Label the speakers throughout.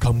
Speaker 1: Come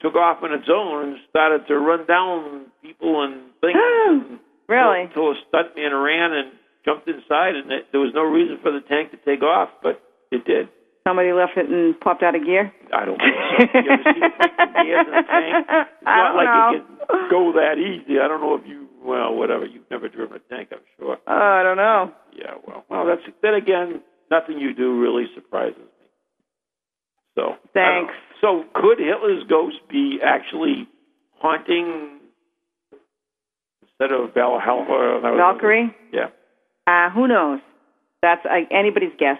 Speaker 2: took off on its own and started to run down people and things. and
Speaker 3: really?
Speaker 2: Until a stuntman ran and jumped inside, and it, there was no reason for the tank to take off, but it did.
Speaker 3: Somebody left it and popped out of gear.
Speaker 2: I don't know. You ever see the freaking gears in a tank? It's
Speaker 3: I
Speaker 2: not
Speaker 3: don't
Speaker 2: like
Speaker 3: know.
Speaker 2: it can go that easy. I don't know if you, well, whatever. You've never driven a tank, I'm sure.
Speaker 3: Uh, I don't know.
Speaker 2: Yeah, well, well, that's then again, nothing you do really surprises me. So I don't
Speaker 3: Thanks.
Speaker 2: know. So could Hitler's ghost be actually haunting instead of Valhalla? or- that was-
Speaker 3: Valkyrie?
Speaker 2: Yeah,
Speaker 3: Uh, who knows? That's uh, anybody's guess.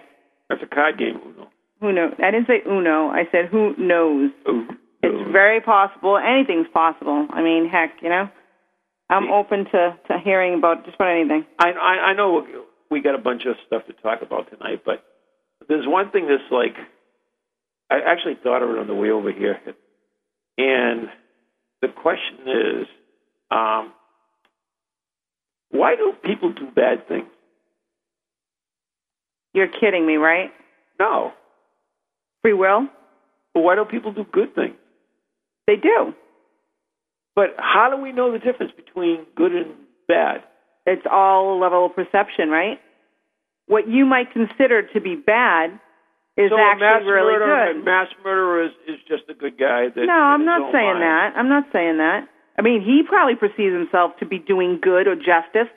Speaker 2: that's a card game. Uno.
Speaker 3: Who knows? I didn't say Uno. I said who knows.
Speaker 2: Ooh,
Speaker 3: It's
Speaker 2: ooh.
Speaker 3: very possible. Anything's possible. I mean, heck, you know. I'm
Speaker 2: See.
Speaker 3: open to, to hearing about just about anything.
Speaker 2: I, I I know we got a bunch of stuff to talk about tonight, but there's one thing that's like I actually thought of it on the way over here, and the question is, um, why do people do bad things?
Speaker 3: You're kidding me, right?
Speaker 2: No,
Speaker 3: Free will?
Speaker 2: but why don't people do good things?
Speaker 3: They do.
Speaker 2: But how do we know the difference between good and bad?
Speaker 3: It's all a level of perception, right? What you might consider to be bad is
Speaker 2: so a mass
Speaker 3: actually really
Speaker 2: murderer,
Speaker 3: good.
Speaker 2: A mass murderer is, is just a good guy. That
Speaker 3: No, I'm not saying that. I'm not saying that. I mean, he probably perceives himself to be doing good or justice.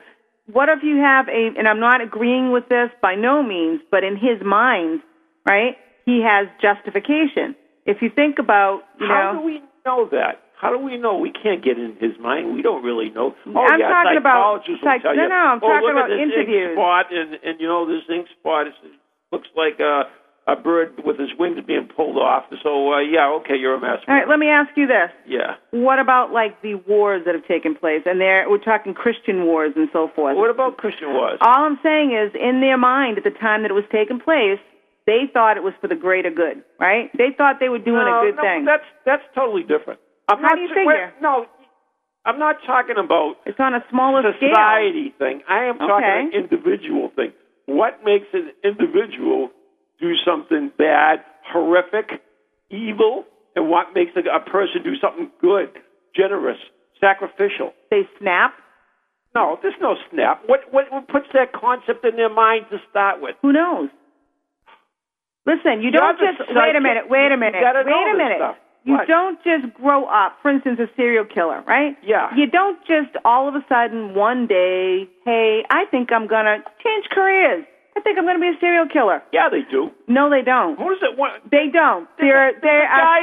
Speaker 3: What if you have a, and I'm not agreeing with this by no means, but in his mind, right, he has justification. If you think about, you
Speaker 2: How
Speaker 3: know,
Speaker 2: do we know that? How do we know? We can't get in his mind. We don't really know. Oh,
Speaker 3: I'm
Speaker 2: yeah,
Speaker 3: talking about
Speaker 2: psychologists will
Speaker 3: psych-
Speaker 2: tell
Speaker 3: no,
Speaker 2: you,
Speaker 3: no, I'm
Speaker 2: "Oh,
Speaker 3: talking
Speaker 2: look
Speaker 3: about
Speaker 2: at this
Speaker 3: interviews."
Speaker 2: Ink spot and, and you know this ink spot is, looks like a, a bird with his wings being pulled off. So uh, yeah, okay, you're a mass
Speaker 3: all right, let me ask you this.
Speaker 2: yeah.
Speaker 3: What about like the wars that have taken place? And there, we're talking Christian wars and so forth.
Speaker 2: What about Christian was?
Speaker 3: All I'm saying is, in their mind at the time that it was taking place, They thought it was for the greater good, right? They thought they were doing
Speaker 2: no,
Speaker 3: a good
Speaker 2: Uh, no,
Speaker 3: thing.
Speaker 2: That's that's totally different. I'm not
Speaker 3: How do you
Speaker 2: ta-
Speaker 3: figure?
Speaker 2: wait, no, I'm not talking about
Speaker 3: It's on a smaller scale.
Speaker 2: society thing. I am talking
Speaker 3: Okay.
Speaker 2: an individual thing. What makes an individual do something bad, horrific, evil, and what makes a, a person do something good, generous, sacrificial?
Speaker 3: They snap.
Speaker 2: No, there's no snap. What, what what puts that concept in their mind to start with?
Speaker 3: Who knows? Listen, you
Speaker 2: You're
Speaker 3: don't
Speaker 2: the
Speaker 3: just wait a
Speaker 2: psychic.
Speaker 3: minute, wait
Speaker 2: You
Speaker 3: a minute,
Speaker 2: gotta know
Speaker 3: wait a
Speaker 2: this
Speaker 3: minute.
Speaker 2: stuff.
Speaker 3: You
Speaker 2: What?
Speaker 3: don't just grow up. For instance, a serial killer, right?
Speaker 2: Yeah.
Speaker 3: You don't just all of a sudden one day, hey, I think I'm gonna change careers. I think I'm gonna be a serial killer.
Speaker 2: Yeah, they do.
Speaker 3: No, they don't.
Speaker 2: What is it? What,
Speaker 3: They don't. There, there
Speaker 2: there's a guy,
Speaker 3: are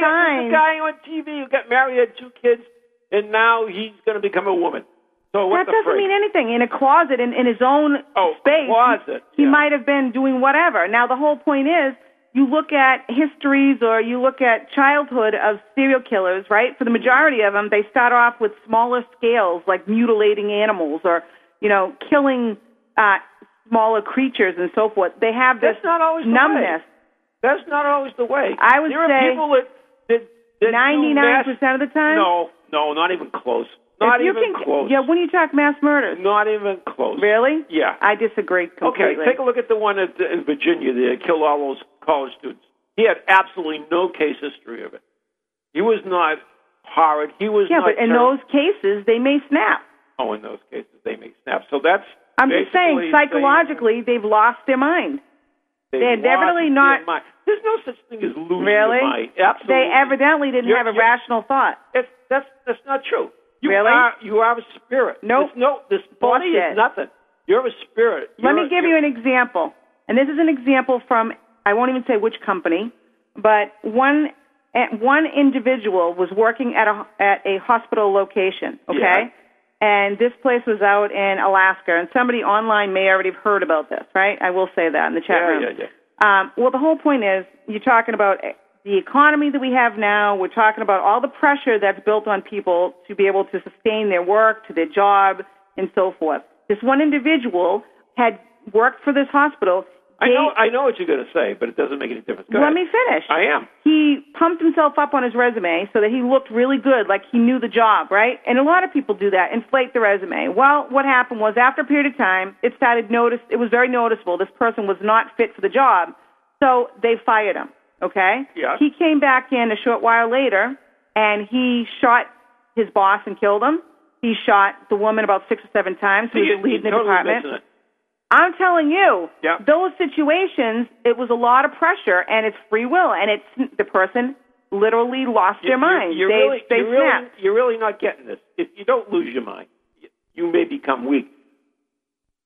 Speaker 2: There's
Speaker 3: signs.
Speaker 2: a guy on TV who got married, had two kids, and now he's going to become a woman. So what
Speaker 3: that
Speaker 2: the
Speaker 3: doesn't
Speaker 2: frick?
Speaker 3: mean anything. In a closet, in, in his own
Speaker 2: Oh,
Speaker 3: space,
Speaker 2: closet,
Speaker 3: he
Speaker 2: yeah.
Speaker 3: might have been doing whatever. Now, the whole point is, you look at histories or you look at childhood of serial killers, right? For the majority of them, they start off with smaller scales, like mutilating animals or, you know, killing uh, smaller creatures and so forth. They have this
Speaker 2: That's not always the way.
Speaker 3: numbness.
Speaker 2: That's not always the way.
Speaker 3: I would
Speaker 2: there
Speaker 3: say
Speaker 2: are people that that, that do
Speaker 3: 99% of the time?
Speaker 2: No, no, not even close. Not
Speaker 3: if you
Speaker 2: even
Speaker 3: can,
Speaker 2: close.
Speaker 3: Yeah, when you talk mass murders.
Speaker 2: not even close.
Speaker 3: Really?
Speaker 2: Yeah.
Speaker 3: I disagree completely.
Speaker 2: Okay, take a look at the one at, in Virginia there, killed all those college students. He had absolutely no case history of it. He was not horrid. He was
Speaker 3: Yeah,
Speaker 2: not
Speaker 3: but in
Speaker 2: terrible.
Speaker 3: those cases, they may snap.
Speaker 2: Oh, in those cases, they may snap. So that's.
Speaker 3: I'm just saying,
Speaker 2: basically
Speaker 3: psychologically, they've lost their mind.
Speaker 2: they
Speaker 3: they're
Speaker 2: lost
Speaker 3: definitely
Speaker 2: their
Speaker 3: not-
Speaker 2: mind. There's no such thing as losing
Speaker 3: Really?
Speaker 2: your mind. Absolutely.
Speaker 3: They evidently didn't
Speaker 2: You're-
Speaker 3: have a
Speaker 2: you're-
Speaker 3: rational thought.
Speaker 2: It's, that's that's not true. You
Speaker 3: Really?
Speaker 2: are you are a spirit.
Speaker 3: Nope.
Speaker 2: This, no, this body
Speaker 3: Bullshit.
Speaker 2: is nothing. You're a spirit.
Speaker 3: Let
Speaker 2: You're-
Speaker 3: me give you
Speaker 2: you're-
Speaker 3: an example. And this is an example from, I won't even say which company, but one, eh, one individual was working at a, at a hospital location, okay?
Speaker 2: Yeah.
Speaker 3: And this place was out in Alaska. And somebody online may already have heard about this, right? I will say that in the chat
Speaker 2: Yeah,
Speaker 3: room.
Speaker 2: yeah, yeah.
Speaker 3: Um, well, the whole point is you're talking about the economy that we have now. We're talking about all the pressure that's built on people to be able to sustain their work, to their job, and so forth. This one individual had worked for this hospital.
Speaker 2: I
Speaker 3: They-
Speaker 2: know I know what you're going to say, but it doesn't make any difference. Go
Speaker 3: let
Speaker 2: ahead.
Speaker 3: me finish.
Speaker 2: I am.
Speaker 3: He pumped himself up on his resume so that he looked really good, like he knew the job, right? And a lot of people do that, inflate the resume. Well, what happened was after a period of time, it started notice. It was very noticeable. This person was not fit for the job, so they fired him. Okay.
Speaker 2: Yeah.
Speaker 3: He came back in a short while later, and he shot his boss and killed him. He shot the woman about six or seven times. Who
Speaker 2: See, you,
Speaker 3: was the lead
Speaker 2: you
Speaker 3: in the
Speaker 2: totally
Speaker 3: department.
Speaker 2: mentioned it.
Speaker 3: I'm telling you,
Speaker 2: Yeah.
Speaker 3: those situations, it was a lot of pressure, and it's free will, and it's the person literally lost
Speaker 2: You-
Speaker 3: their mind.
Speaker 2: You're,
Speaker 3: they
Speaker 2: you're really,
Speaker 3: they
Speaker 2: you're
Speaker 3: snapped.
Speaker 2: really, you're really not getting this. If you don't lose your mind, you- you may become weak.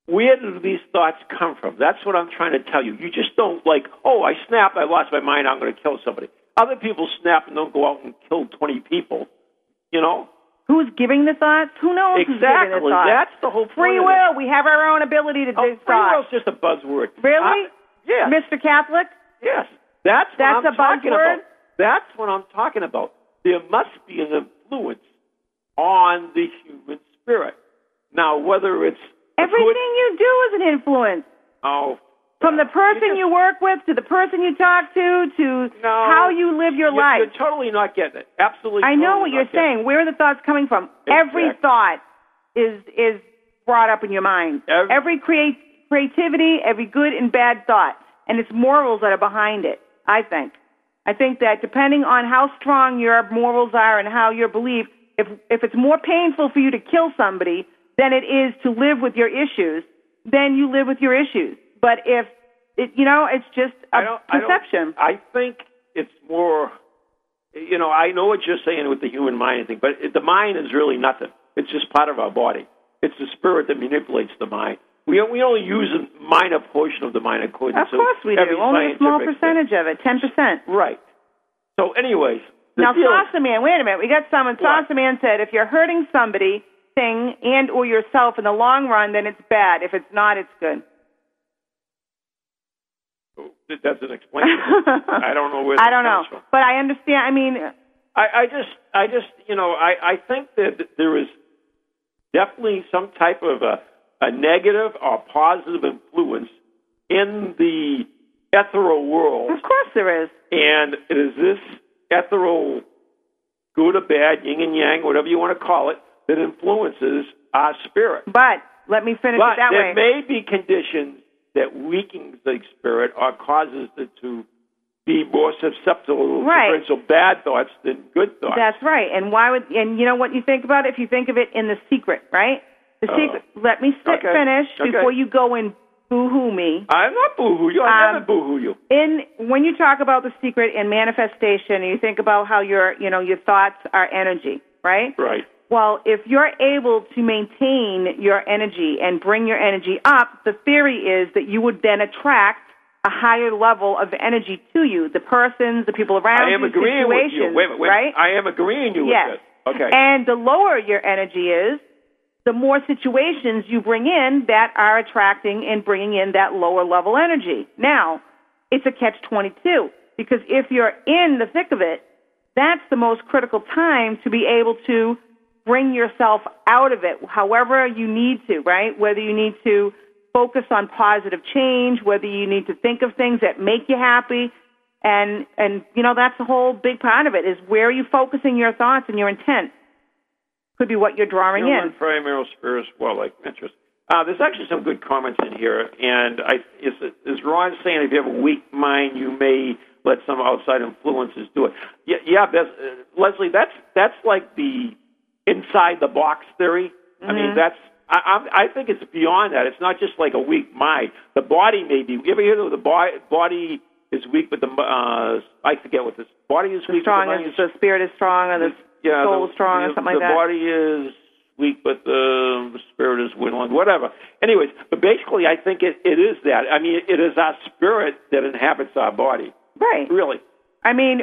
Speaker 2: Where do these thoughts come from? That's what I'm trying to tell you. You just don't like, oh, I snapped, I lost my mind, I'm going to kill somebody. Other people snap and don't go out and kill 20 people. You know?
Speaker 3: Who's giving the thoughts? Who knows who's giving
Speaker 2: Exactly.
Speaker 3: the thoughts?
Speaker 2: That's the whole point
Speaker 3: free
Speaker 2: of
Speaker 3: will. We have our own ability to
Speaker 2: Oh,
Speaker 3: do
Speaker 2: free will's
Speaker 3: thoughts.
Speaker 2: just a buzzword.
Speaker 3: Really?
Speaker 2: I- yes.
Speaker 3: Mr. Catholic?
Speaker 2: Yes, that's what
Speaker 3: That's
Speaker 2: I'm
Speaker 3: a
Speaker 2: talking
Speaker 3: buzzword?
Speaker 2: about. That's what I'm talking about. There must be an influence on the human spirit. Now, whether it's a
Speaker 3: Everything
Speaker 2: good,
Speaker 3: you do is an influence.
Speaker 2: oh,
Speaker 3: From the
Speaker 2: you
Speaker 3: person
Speaker 2: just-
Speaker 3: you work with to the person you talk to to
Speaker 2: no,
Speaker 3: how you live your
Speaker 2: you're,
Speaker 3: life.
Speaker 2: You're totally not getting it. Absolutely,
Speaker 3: I know
Speaker 2: totally
Speaker 3: what
Speaker 2: not
Speaker 3: you're
Speaker 2: getting it.
Speaker 3: saying. Where are the thoughts coming from? Every
Speaker 2: Exactly.
Speaker 3: thought is is brought up in your mind.
Speaker 2: Every-
Speaker 3: create, creativity, every good and bad thought, and it's morals that are behind it. I think. I think that depending on how strong your morals are and how your belief, if if it's more painful for you to kill somebody than it is to live with your issues, then you live with your issues. But if it, you know, it's just
Speaker 2: I
Speaker 3: a
Speaker 2: don't- I don't-
Speaker 3: perception.
Speaker 2: I, think it's more. You know, I know what you're saying with the human mind and thing, but it, the mind is really nothing. It's just part of our body. It's the spirit that manipulates the mind. We we only use a minor portion of the mind, according
Speaker 3: Of
Speaker 2: to
Speaker 3: course we
Speaker 2: every
Speaker 3: do. Only a small
Speaker 2: scientific
Speaker 3: percentage of it, ten percent.
Speaker 2: thing. Right. So, anyways, the
Speaker 3: Now,
Speaker 2: deal-
Speaker 3: Salsa Man, wait a minute. We got someone.
Speaker 2: What?
Speaker 3: Salsa Man said, if you're hurting somebody, thing, and or yourself in the long run, then it's bad. If it's not, it's good.
Speaker 2: That doesn't explain. it. I don't know where.
Speaker 3: I
Speaker 2: that
Speaker 3: don't know,
Speaker 2: comes from.
Speaker 3: but I understand. I mean,
Speaker 2: I, I just, I just, you know, I, I think that there is definitely some type of a, a negative or positive influence in the ethereal world.
Speaker 3: Of course there is.
Speaker 2: And is this ethereal good or bad, yin and yang, whatever you want to call it, that influences our spirit?
Speaker 3: But let me finish
Speaker 2: But
Speaker 3: it that
Speaker 2: there
Speaker 3: way.
Speaker 2: may be conditions that weakens the spirit or causes it to be more susceptible
Speaker 3: Right.
Speaker 2: to potential bad thoughts than good thoughts.
Speaker 3: That's right. And why would and you know what you think about it? If you think of it in the secret, right? The
Speaker 2: Oh.
Speaker 3: secret. Let me sit,
Speaker 2: Okay.
Speaker 3: finish
Speaker 2: Okay.
Speaker 3: before you go and boo-hoo me.
Speaker 2: I'm not boohoo you. I
Speaker 3: Um,
Speaker 2: never boohoo you.
Speaker 3: in when you talk about the secret and manifestation and you think about how your you know your thoughts are energy right
Speaker 2: Right.
Speaker 3: well if you're able to maintain your energy and bring your energy up the theory is that you would then attract a higher level of energy to you the persons the people around
Speaker 2: I am
Speaker 3: you
Speaker 2: agreeing with you.
Speaker 3: situations
Speaker 2: Wait a minute. Wait a
Speaker 3: right
Speaker 2: minute. I am agreeing you
Speaker 3: yes
Speaker 2: with this. Okay.
Speaker 3: and the lower your energy is the more situations you bring in that are attracting and bringing in that lower level energy. Now, it's a catch 22 because if you're in the thick of it, that's the most critical time to be able to bring yourself out of it however you need to, right? Whether you need to focus on positive change, whether you need to think of things that make you happy. And, and, you know, that's the whole big part of it is where are you focusing your thoughts and your intent? Could be what you're drawing in.
Speaker 2: Human primary spirits, well, like interest. Uh, there's actually some good comments in here, and I, is, is Ron saying if you have a weak mind, you may let some outside influences do it? Yeah, yeah that's, uh, Leslie, that's that's like the inside the box theory. I mean, that's I, I'm- I think it's beyond that. It's not just like a weak mind. The body may be. You ever hear of the body, body is weak, but the uh, I forget what this body is weak. but
Speaker 3: strong
Speaker 2: the
Speaker 3: as
Speaker 2: mind is
Speaker 3: the spirit is strong or the
Speaker 2: yeah,
Speaker 3: soul
Speaker 2: the,
Speaker 3: is strong or
Speaker 2: the-
Speaker 3: something like
Speaker 2: the
Speaker 3: that.
Speaker 2: body is weak, but the, the spirit is willing, whatever. Anyways, but basically, I think it, it is that. I mean, it is our spirit that inhabits our body.
Speaker 3: right.
Speaker 2: Really,
Speaker 3: I mean,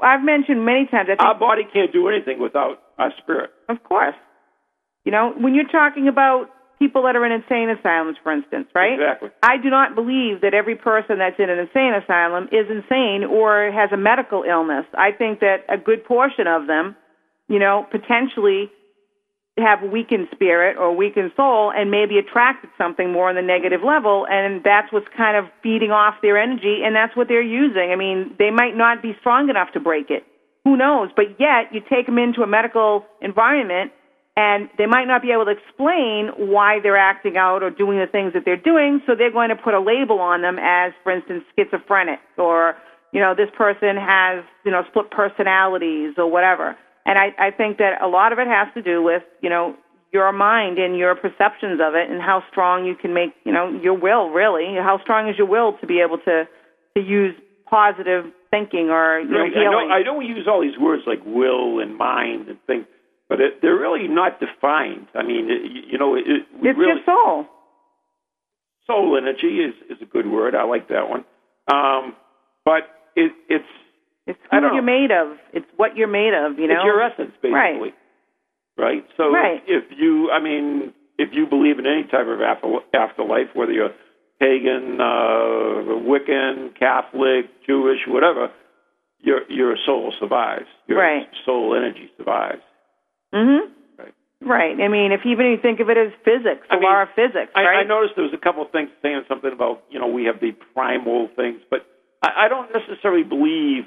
Speaker 3: I've mentioned many times. I think,
Speaker 2: our body can't do anything without our spirit.
Speaker 3: of course, you know, when you're talking about people that are in insane asylums, for instance, right?
Speaker 2: Exactly.
Speaker 3: I do not believe that every person that's in an insane asylum is insane or has a medical illness. I think that a good portion of them, you know, potentially have weakened spirit or weakened soul and maybe attracted something more on the negative level and that's what's kind of feeding off their energy and that's what they're using. I mean, they might not be strong enough to break it. Who knows? But yet you take them into a medical environment and they might not be able to explain why they're acting out or doing the things that they're doing, so they're going to put a label on them as, for instance, schizophrenic or, you know, this person has, you know, split personalities or whatever. And I, I think that a lot of it has to do with, you know, your mind and your perceptions of it and how strong you can make, you know, your will really. How strong is your will to be able to, to use positive thinking or, you know,
Speaker 2: I know,
Speaker 3: healing.
Speaker 2: I know we use all these words like will and mind and things, but it, they're really not defined. I mean, it, you know, it, we
Speaker 3: it's
Speaker 2: really,
Speaker 3: your soul.
Speaker 2: soul energy is, is a good word. I like that one. Um, but it, it's
Speaker 3: It's
Speaker 2: I
Speaker 3: who
Speaker 2: don't
Speaker 3: you're
Speaker 2: know.
Speaker 3: made of. It's what you're made of, you know?
Speaker 2: It's your essence, basically. Right. So
Speaker 3: Right.
Speaker 2: if you, I mean, if you believe in any type of after, afterlife, whether you're pagan, uh, Wiccan, Catholic, Jewish, whatever, your your soul survives. Your
Speaker 3: Right.
Speaker 2: soul energy survives.
Speaker 3: Mm-hmm.
Speaker 2: Right.
Speaker 3: Right. I mean, if even you think of it as physics, the
Speaker 2: I mean,
Speaker 3: law of physics,
Speaker 2: I,
Speaker 3: right?
Speaker 2: I noticed there was a couple of things saying something about you know we have the primal things, but I, I don't necessarily believe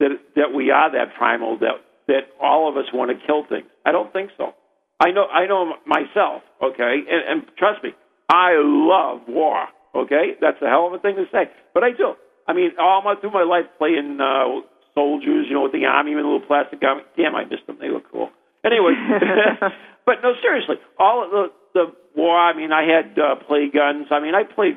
Speaker 2: that that we are that primal that that all of us want to kill things. I don't think so. I know I know myself. Okay, and, and trust me, I love war. Okay, that's a hell of a thing to say, but I do. I mean, all my through my life playing uh, soldiers, you know, with the army and the little plastic army. Damn, I missed them. They look cool. Anyway, but no, seriously, all of the the war. I mean, I had uh, play guns. I mean, I played,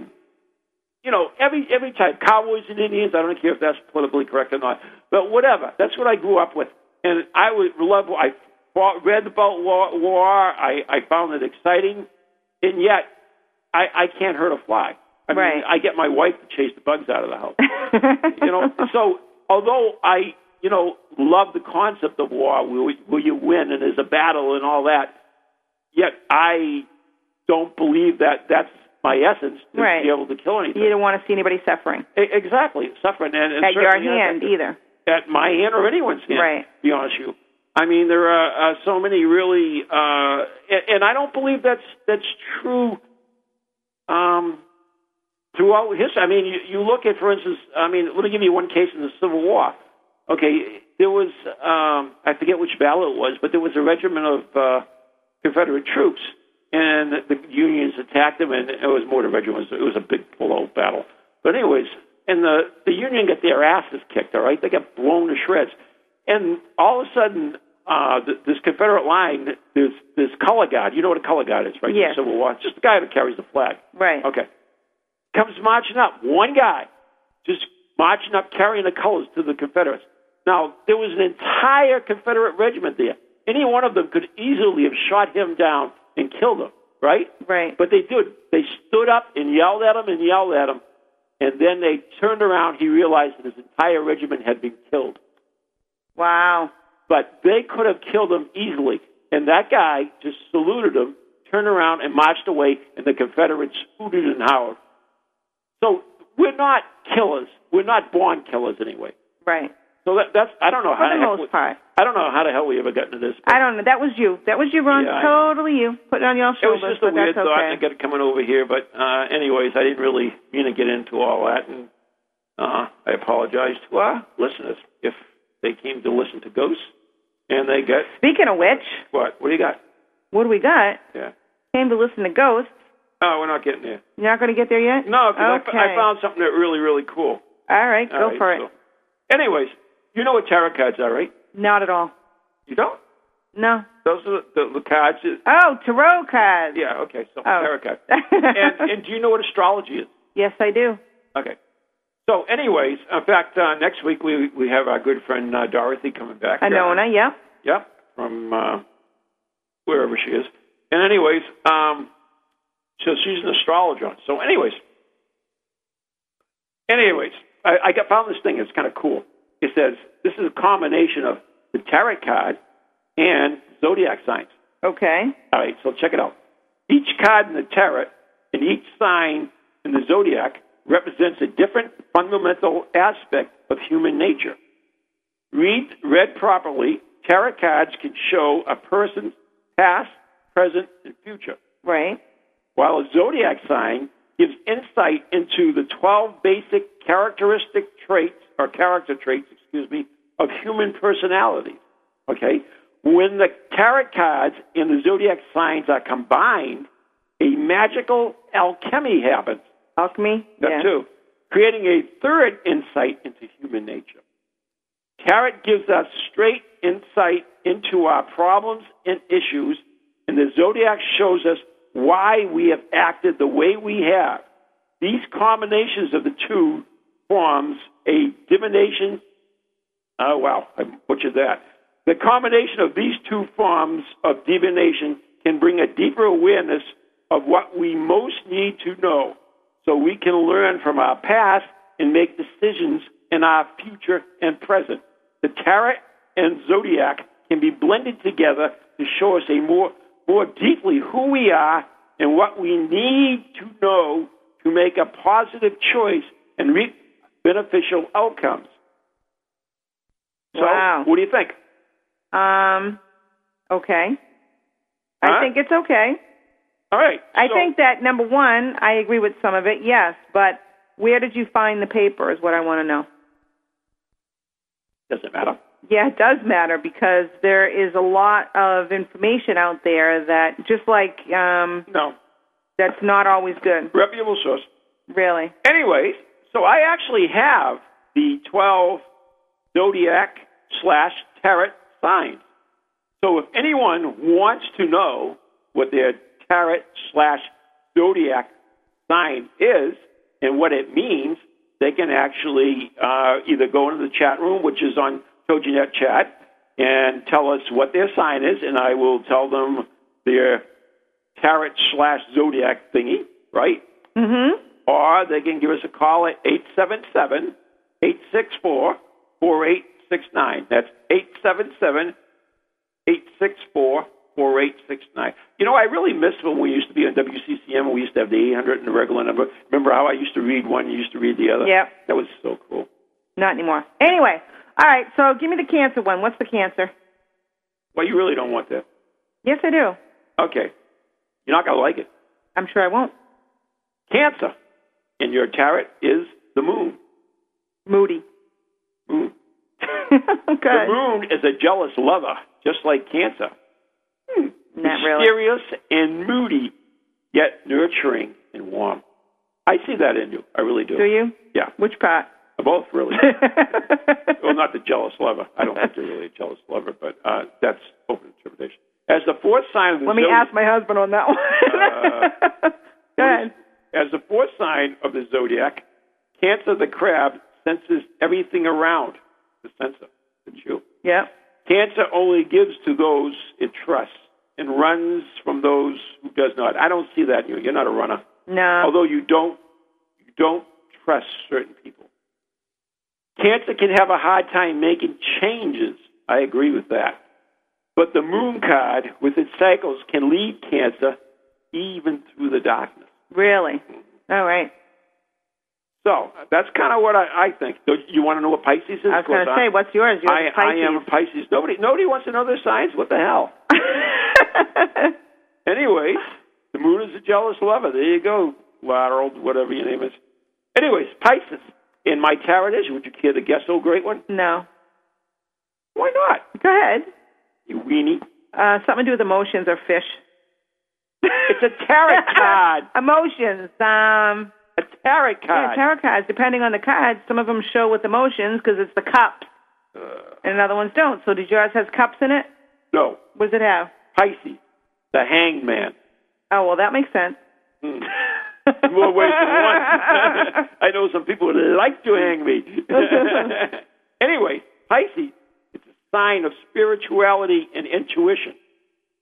Speaker 2: you know, every every type. Cowboys and Indians. I don't care if that's politically correct or not, but whatever. That's what I grew up with, and I would love. I fought, read about war. war. I I found it exciting, and yet I I can't hurt a fly. I mean,
Speaker 3: Right.
Speaker 2: I get my wife to chase the bugs out of the house you know. So although I, you know, love the concept of war, will, will you win, and there's a battle and all that, yet I don't believe that that's my essence to
Speaker 3: Right.
Speaker 2: be able to kill anything.
Speaker 3: you don't want to see anybody suffering
Speaker 2: E- exactly, suffering and, and
Speaker 3: at your
Speaker 2: certainly
Speaker 3: hand either.
Speaker 2: at my hand or anyone's hand.
Speaker 3: Right.
Speaker 2: To be honest with you, I mean there are uh, so many really, uh, and, and I don't believe that's that's true. Um, throughout history. I mean, you, you look at, for instance, I mean, let me give you one case in the Civil War. Okay, there was, um, I forget which battle it was, but there was a regiment of uh, Confederate troops, and the, the Unions attacked them, and it was more than a regiment, it was, it was a big blow battle. But, anyways, and the, the Union got their asses kicked, all right? They got blown to shreds. And all of a sudden, uh, th- this Confederate line, there's this color guard. You know what a color guard is, right?
Speaker 3: Yes.
Speaker 2: The Civil War. It's just the guy that carries the flag.
Speaker 3: Right.
Speaker 2: Okay. Comes marching up, one guy, just marching up, carrying the colors to the Confederates. Now, there was an entire Confederate regiment there. Any one of them could easily have shot him down and killed him, right?
Speaker 3: Right.
Speaker 2: But they did. They stood up and yelled at him and yelled at him. And then they turned around. He realized that his entire regiment had been killed.
Speaker 3: Wow.
Speaker 2: But they could have killed him easily. And that guy just saluted him, turned around, and marched away. And the Confederates hooted and howled. So we're not killers. We're not born killers anyway.
Speaker 3: Right.
Speaker 2: So that, that's I don't know
Speaker 3: For
Speaker 2: how
Speaker 3: the
Speaker 2: the heck
Speaker 3: most
Speaker 2: we-
Speaker 3: part.
Speaker 2: I don't know how the hell we ever got into this. but
Speaker 3: I don't know. That was you. That was you, Ron.
Speaker 2: Yeah, I-
Speaker 3: totally you. Put it on your
Speaker 2: It was
Speaker 3: shoulders,
Speaker 2: just a
Speaker 3: but
Speaker 2: weird
Speaker 3: that's
Speaker 2: thought
Speaker 3: okay.
Speaker 2: I got it coming over here, but uh, anyways, I didn't really mean to get into all that, and uh, I apologize to our listeners if they came to listen to Ghosts and they got
Speaker 3: Speaking of which,
Speaker 2: what? What do you got?
Speaker 3: what do we got?
Speaker 2: Yeah.
Speaker 3: Came to listen to Ghost.
Speaker 2: Oh, we're not getting there.
Speaker 3: You're not going to get there yet?
Speaker 2: No, 'cause
Speaker 3: okay.
Speaker 2: I, f- I found something that really, really cool.
Speaker 3: All right, go
Speaker 2: All right,
Speaker 3: for it.
Speaker 2: so- Anyways, you know what tarot cards are, right?
Speaker 3: Not at all.
Speaker 2: You don't?
Speaker 3: No.
Speaker 2: Those are the, the cards. that-
Speaker 3: Oh, tarot cards.
Speaker 2: Yeah. Okay. So
Speaker 3: Oh.
Speaker 2: tarot cards. and, and do you know what astrology is?
Speaker 3: yes, I do.
Speaker 2: Okay. So, anyways, in fact, uh, next week we we have our good friend uh, Dorothy coming back.
Speaker 3: Anona, yep.
Speaker 2: Yep, from uh, wherever she is. And anyways, um, so she's an astrologer. So, anyways, anyways, I, I got found this thing. It's kind of cool. It says this is a combination of the tarot card and zodiac signs.
Speaker 3: Okay.
Speaker 2: All right, so check it out. Each card in the tarot and each sign in the zodiac represents a different fundamental aspect of human nature. Read, read properly, tarot cards can show a person's past, present, and future,
Speaker 3: Right.
Speaker 2: while a zodiac sign gives insight into the 12 basic characteristic traits, or character traits, excuse me, of human personality. Okay? When the tarot cards and the zodiac signs are combined, a magical alchemy happens.
Speaker 3: Alchemy.
Speaker 2: That
Speaker 3: yeah.
Speaker 2: too. Creating a third insight into human nature. Tarot gives us straight insight into our problems and issues, and the zodiac shows us why we have acted the way we have. These combinations of the two forms a divination. Oh wow, I butchered that. The combination of these two forms of divination can bring a deeper awareness of what we most need to know, so we can learn from our past and make decisions in our future and present. The tarot and zodiac can be blended together to show us a more more deeply who we are and what we need to know to make a positive choice and reap beneficial outcomes. So,
Speaker 3: Wow.
Speaker 2: what do you think?
Speaker 3: Um, okay. I
Speaker 2: Huh?
Speaker 3: think it's okay.
Speaker 2: All right.
Speaker 3: I
Speaker 2: so-
Speaker 3: think that number one, I agree with some of it, yes, but where did you find the paper is what I want to know.
Speaker 2: doesn't matter.
Speaker 3: Yeah, it does matter because there is a lot of information out there that just like um
Speaker 2: No,
Speaker 3: that's not always good,
Speaker 2: reputable source.
Speaker 3: really.
Speaker 2: Anyways, so I actually have the twelve zodiac slash tarot signs. So if anyone wants to know what their tarot slash zodiac sign is and what it means, they can actually uh, either go into the chat room, which is on TojiNet chat, and tell us what their sign is, and I will tell them their tarot slash zodiac thingy, right?
Speaker 3: Mhm.
Speaker 2: Or they can give us a call at 877 864 4869. That's 877 864 4869. You know, I really miss when we used to be on WCCM and we used to have the 800 and the regular number. Remember how I used to read one, you used to read the other?
Speaker 3: Yep.
Speaker 2: That was so cool.
Speaker 3: Not anymore. Anyway, all right, so give me the cancer one. What's the cancer?
Speaker 2: Well, you really don't want that.
Speaker 3: Yes, I do.
Speaker 2: Okay. You're not going to like it.
Speaker 3: I'm sure I won't.
Speaker 2: Cancer. and your tarot is the moon.
Speaker 3: Moody.
Speaker 2: moon. The
Speaker 3: okay.
Speaker 2: moon is a jealous lover, just like Cancer.
Speaker 3: Not really.
Speaker 2: Mysterious and moody, yet nurturing and warm. I see that in you. I really do.
Speaker 3: Do you?
Speaker 2: Yeah,
Speaker 3: Which part?
Speaker 2: both really. well, not Oh, the jealous lover. I don't think you're really a jealous lover, but uh, that's open interpretation. As the fourth sign of the
Speaker 3: Let me
Speaker 2: zodiac,
Speaker 3: ask my husband on that
Speaker 2: Uh,
Speaker 3: one. Go ahead.
Speaker 2: as the fourth sign of the zodiac, Cancer the crab senses everything around the sensor. It's you.
Speaker 3: Yeah.
Speaker 2: Cancer only gives to those it trusts and runs from those who does not. I don't see that in you. You're not a runner.
Speaker 3: No.
Speaker 2: Although you don't you don't trust certain people. Cancer can have a hard time making changes. I agree with that. But the moon card with its cycles can lead cancer even through the darkness.
Speaker 3: Really? All right.
Speaker 2: So that's kind of what I, I think. Do you want to know what Pisces is?
Speaker 3: I was going to say, what's yours? Yours
Speaker 2: I,
Speaker 3: is
Speaker 2: I
Speaker 3: Pisces.
Speaker 2: am a Pisces. Nobody, nobody wants to know their signs. What the hell? Anyways, the moon is a jealous lover. There you go, Harold, whatever your name is. Anyways, Pisces. In my tarot is, would you care to guess, oh great one?
Speaker 3: no.
Speaker 2: Why not?
Speaker 3: Go ahead.
Speaker 2: You weenie.
Speaker 3: Uh, something to do with emotions or fish.
Speaker 2: It's a tarot card.
Speaker 3: emotions. Um,
Speaker 2: A tarot
Speaker 3: yeah,
Speaker 2: card.
Speaker 3: tarot cards. Depending on the cards, some of them show with emotions because it's the cups, and other ones don't. So, did yours has cups in it?
Speaker 2: Uh, no,
Speaker 3: What does it have?
Speaker 2: Pisces, the Hmm. hanged man.
Speaker 3: Oh, well, that makes sense.
Speaker 2: More ways than one. I know some people would like to hang me. anyway, Pisces, it's a sign of spirituality and intuition.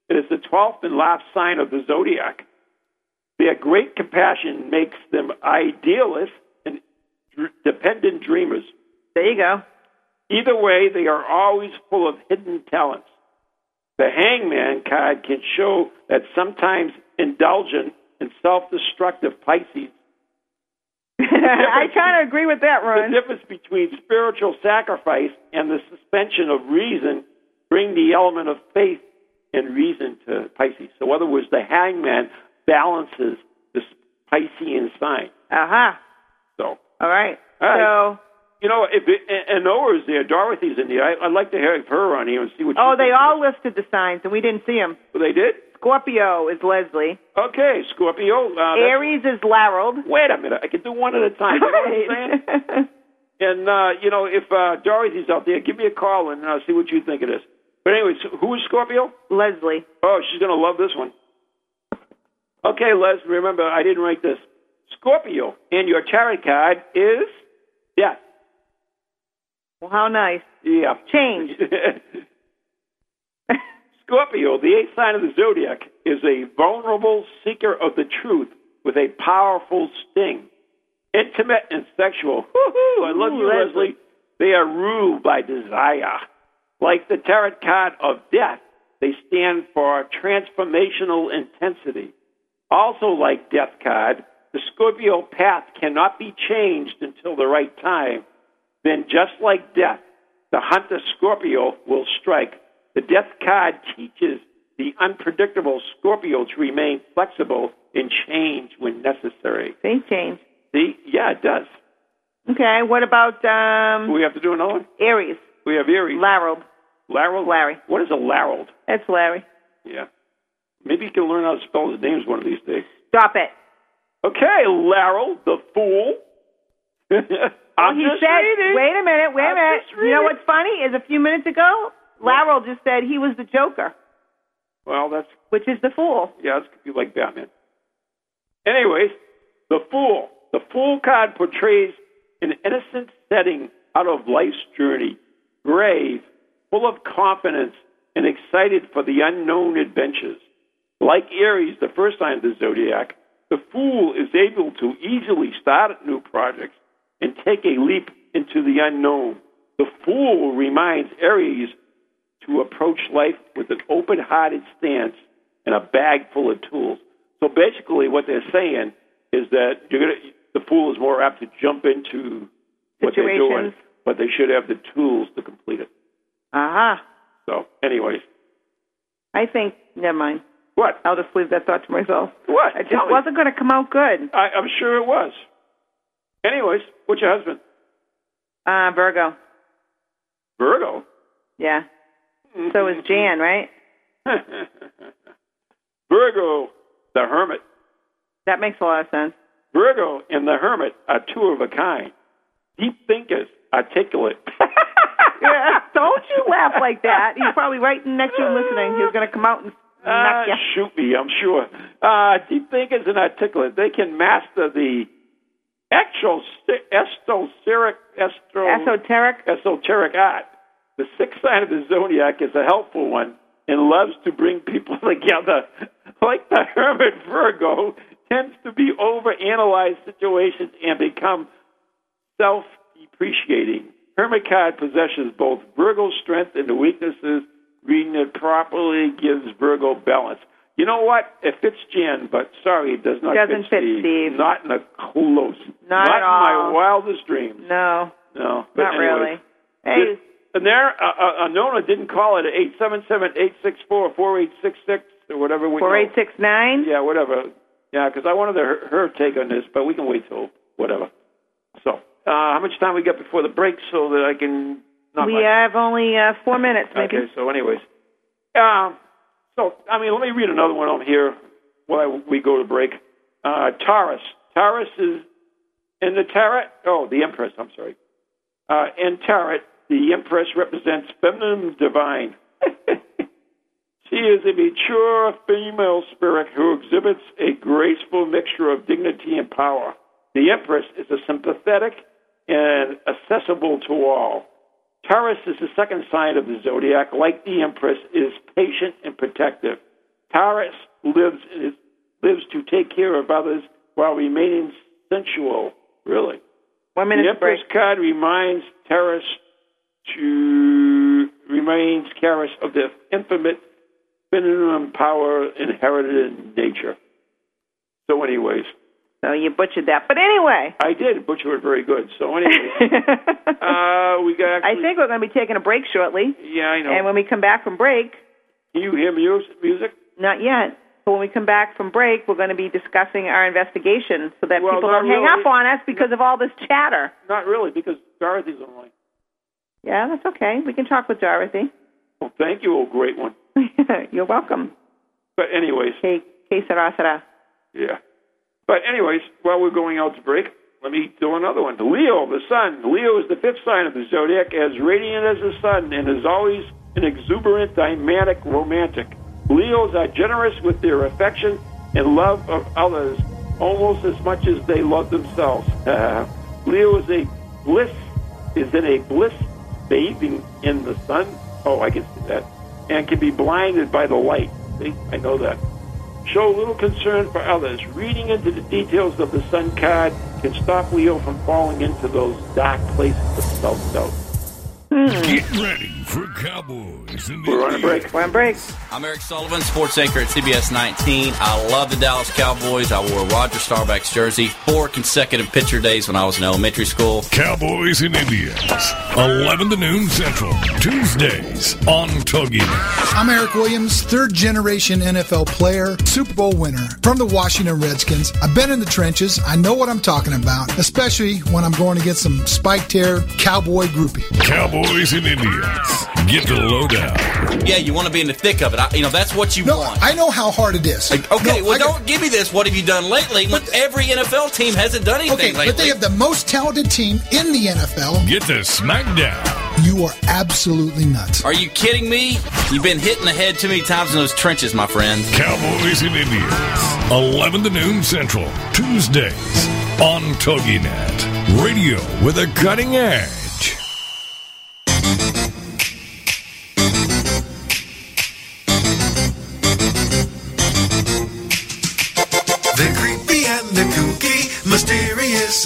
Speaker 2: It is the 12th and last sign of the zodiac. Their great compassion makes them idealists and dr- dependent dreamers.
Speaker 3: There you go.
Speaker 2: Either way, they are always full of hidden talents. The hangman card can show that sometimes indulgent and self destructive Pisces
Speaker 3: I kind of agree with that, Ron.
Speaker 2: The difference between spiritual sacrifice and the suspension of reason bring the element of faith and reason to Pisces. So, in other words, the hangman balances this Piscean sign.
Speaker 3: Aha.
Speaker 2: So,
Speaker 3: Uh-huh. All right.
Speaker 2: All right.
Speaker 3: So,
Speaker 2: you know, if it, and Noah's there, Dorothy's in there. I, I'd like to have her on here and see what.
Speaker 3: oh,
Speaker 2: she
Speaker 3: they
Speaker 2: thinks.
Speaker 3: all listed the signs, and we didn't see them.
Speaker 2: Oh, they did.
Speaker 3: Scorpio is Leslie.
Speaker 2: Okay, Scorpio. Uh, that's-
Speaker 3: Aries is Larold.
Speaker 2: Wait a minute. I can do one at a time. You know what I'm saying? And uh, you know, if uh, Dorothy's out there, give me a call and uh, see what you think of this. But anyways, who is Scorpio?
Speaker 3: Leslie.
Speaker 2: Oh, she's gonna love this one. Okay, Les. Remember, I didn't write this. Scorpio, and your tarot card is yeah,
Speaker 3: Well, how nice.
Speaker 2: yeah.
Speaker 3: Change.
Speaker 2: Scorpio, the eighth sign of the zodiac, is a vulnerable seeker of the truth with a powerful sting. Intimate and sexual. Woohoo! I love you,
Speaker 3: Ooh,
Speaker 2: Leslie.
Speaker 3: Leslie.
Speaker 2: They are ruled by desire. Like the tarot card of death, they stand for transformational intensity. Also, like death card, the Scorpio path cannot be changed until the right time. Then, just like death, the hunter Scorpio will strike. The death card teaches the unpredictable Scorpio to remain flexible and change when necessary.
Speaker 3: They change.
Speaker 2: See? Yeah, it does.
Speaker 3: Okay, what about um
Speaker 2: We have to do another one.
Speaker 3: Aries?
Speaker 2: We have Aries.
Speaker 3: Larold.
Speaker 2: Larold?
Speaker 3: Larry.
Speaker 2: What is a Larold?
Speaker 3: That's Larry.
Speaker 2: Yeah. Maybe you can learn how to spell the names one of these days.
Speaker 3: Stop it.
Speaker 2: Okay, Larold, the fool. I'm
Speaker 3: he
Speaker 2: just
Speaker 3: said,
Speaker 2: reading.
Speaker 3: wait a minute, wait a
Speaker 2: I'm
Speaker 3: minute.
Speaker 2: just
Speaker 3: You know
Speaker 2: reading.
Speaker 3: what's funny is a few minutes ago, Larold just said he was the Joker,
Speaker 2: Well, that's
Speaker 3: which is the fool.
Speaker 2: Yeah, it's be like Batman. Anyways, the fool. The fool card portrays an innocent setting out of life's journey, brave, full of confidence, and excited for the unknown adventures. Like Aries, the first sign of the zodiac, the fool is able to easily start new projects and take a leap into the unknown. The fool reminds Aries to approach life with an open hearted stance and a bag full of tools. So basically, what they're saying is that you're gonna, the fool is more apt to jump into what they're doing,
Speaker 3: Situations.
Speaker 2: but they should have the tools to complete it.
Speaker 3: Aha.
Speaker 2: So, anyways,
Speaker 3: Uh-huh. I think, never mind.
Speaker 2: what?
Speaker 3: I'll just leave that thought to myself.
Speaker 2: What?
Speaker 3: Oh, It just
Speaker 2: Tell me.
Speaker 3: wasn't going to come out good.
Speaker 2: I, I'm sure it was. Anyways, what's your husband?
Speaker 3: Uh, Virgo.
Speaker 2: Virgo.
Speaker 3: Yeah. So is Jan, right?
Speaker 2: Virgo, the hermit.
Speaker 3: That makes a lot of sense.
Speaker 2: Virgo and the hermit are two of a kind. Deep thinkers, articulate.
Speaker 3: Yeah. Don't you laugh like that. He's probably right next to you listening. He's going to come out and
Speaker 2: Ah,
Speaker 3: knock you.
Speaker 2: shoot me, I'm sure. Uh, deep thinkers and articulate. They can master the exo- esoteric, estro-
Speaker 3: Esoteric.
Speaker 2: esoteric art. The sixth sign of the zodiac is a helpful one and loves to bring people together. Like the hermit Virgo, tends to be overanalyze situations and become self depreciating. Hermit card possesses both Virgo's strength and the weaknesses. Reading it properly gives Virgo balance. You know what? It fits Jan, but sorry, it does not
Speaker 3: Doesn't fit Steve.
Speaker 2: Not in a close.
Speaker 3: Not at
Speaker 2: in my
Speaker 3: all.
Speaker 2: wildest dreams.
Speaker 3: No,
Speaker 2: No, but
Speaker 3: not
Speaker 2: anyways.
Speaker 3: really. Hey,
Speaker 2: And there, uh, uh, Nona didn't call it eight seven seven eight six four four eight six six or whatever we
Speaker 3: four eight
Speaker 2: know.
Speaker 3: six nine.
Speaker 2: Yeah, whatever. Yeah, because I wanted her, her take on this, but we can wait till whatever. So, uh, how much time we got before the break so that I can not
Speaker 3: We
Speaker 2: much.
Speaker 3: have only uh, four minutes, maybe.
Speaker 2: Okay, so anyways. Um, so, I mean, let me read another one on here while we go to break. Uh, Taurus. Taurus is in the Tarot. Oh, the Empress, I'm sorry. Uh, in Tarot, the Empress represents feminine divine. she is a mature female spirit who exhibits a graceful mixture of dignity and power. The Empress is a sympathetic and accessible to all. Taurus is the second sign of the zodiac. Like the Empress, is patient and protective. Taurus lives is, lives to take care of others while remaining sensual. Really,
Speaker 3: One
Speaker 2: the
Speaker 3: minute to break.
Speaker 2: Empress card reminds Taurus to reminds Taurus of the infinite feminine power inherited in nature. So, anyways,
Speaker 3: So you butchered that, but anyway.
Speaker 2: I did butcher it very good. So, anyways, uh, we got.
Speaker 3: I
Speaker 2: Actually,
Speaker 3: think we're going to be taking a break shortly,
Speaker 2: Yeah, I know.
Speaker 3: and when we come back from break,
Speaker 2: Can you hear mu- music?
Speaker 3: not yet. But when we come back from break, we're going to be discussing our investigation so that
Speaker 2: Well,
Speaker 3: people
Speaker 2: not
Speaker 3: don't hang
Speaker 2: really.
Speaker 3: up on us because of all this chatter.
Speaker 2: Not really, because Dorothy's online.
Speaker 3: Yeah, that's okay. We can talk with Dorothy.
Speaker 2: Well, thank you, old great one.
Speaker 3: You're welcome.
Speaker 2: But anyways,
Speaker 3: Que, que será, será.
Speaker 2: yeah. But anyways, while we're going out to break, let me do another one. Leo, the sun. Leo is the fifth sign of the zodiac, as radiant as the sun, and is always an exuberant, dynamic romantic. Leos are generous with their affection and love of others almost as much as they love themselves. Leo is a bliss is in a bliss bathing in the sun. Oh, I can see that. And can be blinded by the light. See, I know that. Show little concern for others. Reading into the details of the sun card can stop Leo from falling into those dark places of self doubt.
Speaker 4: Get ready for Cowboys in the
Speaker 2: We're on a break.
Speaker 3: We're on break.
Speaker 5: I'm Eric Sullivan, sports anchor at CBS 19. I love the Dallas Cowboys. I wore Roger Starbuck's jersey four consecutive pitcher days when I was in elementary school.
Speaker 4: Cowboys and Indians, 11 to noon Central, Tuesdays on TogiNet.
Speaker 6: I'm Eric Williams, third generation NFL player, Super Bowl winner from the Washington Redskins. I've been in the trenches. I know what I'm talking about, especially when I'm going against some spiked hair cowboy groupie.
Speaker 4: Cowboys and Indians, get the lowdown.
Speaker 5: Yeah, you want to be in the thick of it. I, you know, that's what you
Speaker 6: No,
Speaker 5: want.
Speaker 6: I know how hard it is.
Speaker 5: okay,
Speaker 6: No,
Speaker 5: well,
Speaker 6: I
Speaker 5: don't
Speaker 6: got-
Speaker 5: give me this. What have you done lately? When every NFL team hasn't done anything
Speaker 6: Okay,
Speaker 5: lately.
Speaker 6: but they have the most talented team in the NFL.
Speaker 4: Get the smackdown.
Speaker 6: You are absolutely nuts.
Speaker 5: Are you kidding me? You've been hitting the head too many times in those trenches, my friend.
Speaker 4: Cowboys and Indians, 11 to noon Central, Tuesdays on TogiNet. Radio with a cutting edge.
Speaker 7: They're creepy and they're kooky, mysterious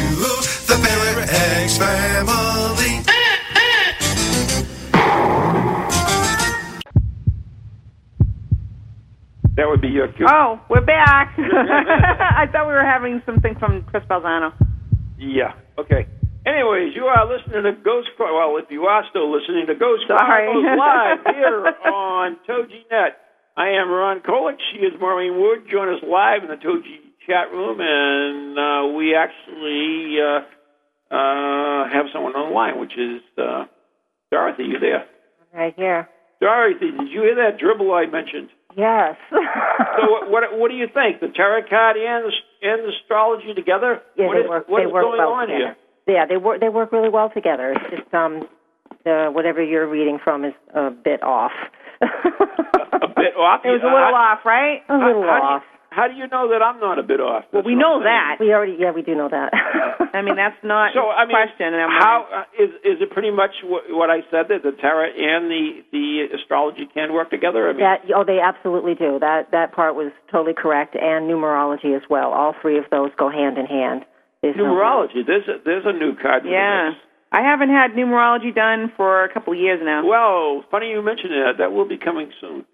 Speaker 7: the Parax family.
Speaker 2: That would be your cue.
Speaker 3: Oh, we're back. I thought we were having something from Chris Balzano.
Speaker 2: Yeah. Okay. Anyways, you are listening to Ghost Chronic. Well, if you are still listening to Ghost
Speaker 3: Sorry.
Speaker 2: Chronicles live here on TojiNet, I am Ron Kolick. She is Maureen Wood. Join us live in the Toji chat room, and uh, we actually uh, uh, have someone on the line, which is uh, Dorothy. You there?
Speaker 8: Right here.
Speaker 2: Dorothy, did you hear that dribble I mentioned?
Speaker 8: Yes.
Speaker 2: So what, what, what do you think? The tarot card and, and astrology together?
Speaker 8: yeah,
Speaker 2: What
Speaker 8: they
Speaker 2: is-
Speaker 8: work.
Speaker 2: what
Speaker 8: they
Speaker 2: is
Speaker 8: work
Speaker 2: going
Speaker 8: well
Speaker 2: on
Speaker 8: together.
Speaker 2: here?
Speaker 8: Yeah, they work. They work really well together. It's just um, the whatever you're reading from is a bit off.
Speaker 2: A bit off.
Speaker 3: It was a little off, right?
Speaker 8: A little
Speaker 2: how do you-
Speaker 8: off.
Speaker 2: How do you know that I'm not a bit off?
Speaker 3: Well, we know that.
Speaker 8: We already. Yeah, we do know that.
Speaker 3: I mean, that's not
Speaker 2: So I mean,
Speaker 3: question. And I'm
Speaker 2: how uh, is is it pretty much what, what I said that the tarot and the the astrology can work together? I mean,
Speaker 8: That oh, they absolutely do. That that part was totally correct, and numerology as well. All three of those go hand in hand. There's no-
Speaker 2: numerology. There's a, there's a new card. to the
Speaker 3: Yeah.
Speaker 2: mix.
Speaker 3: I haven't had numerology done for a couple of years now.
Speaker 2: Well, funny you mentioned that. That will be coming soon.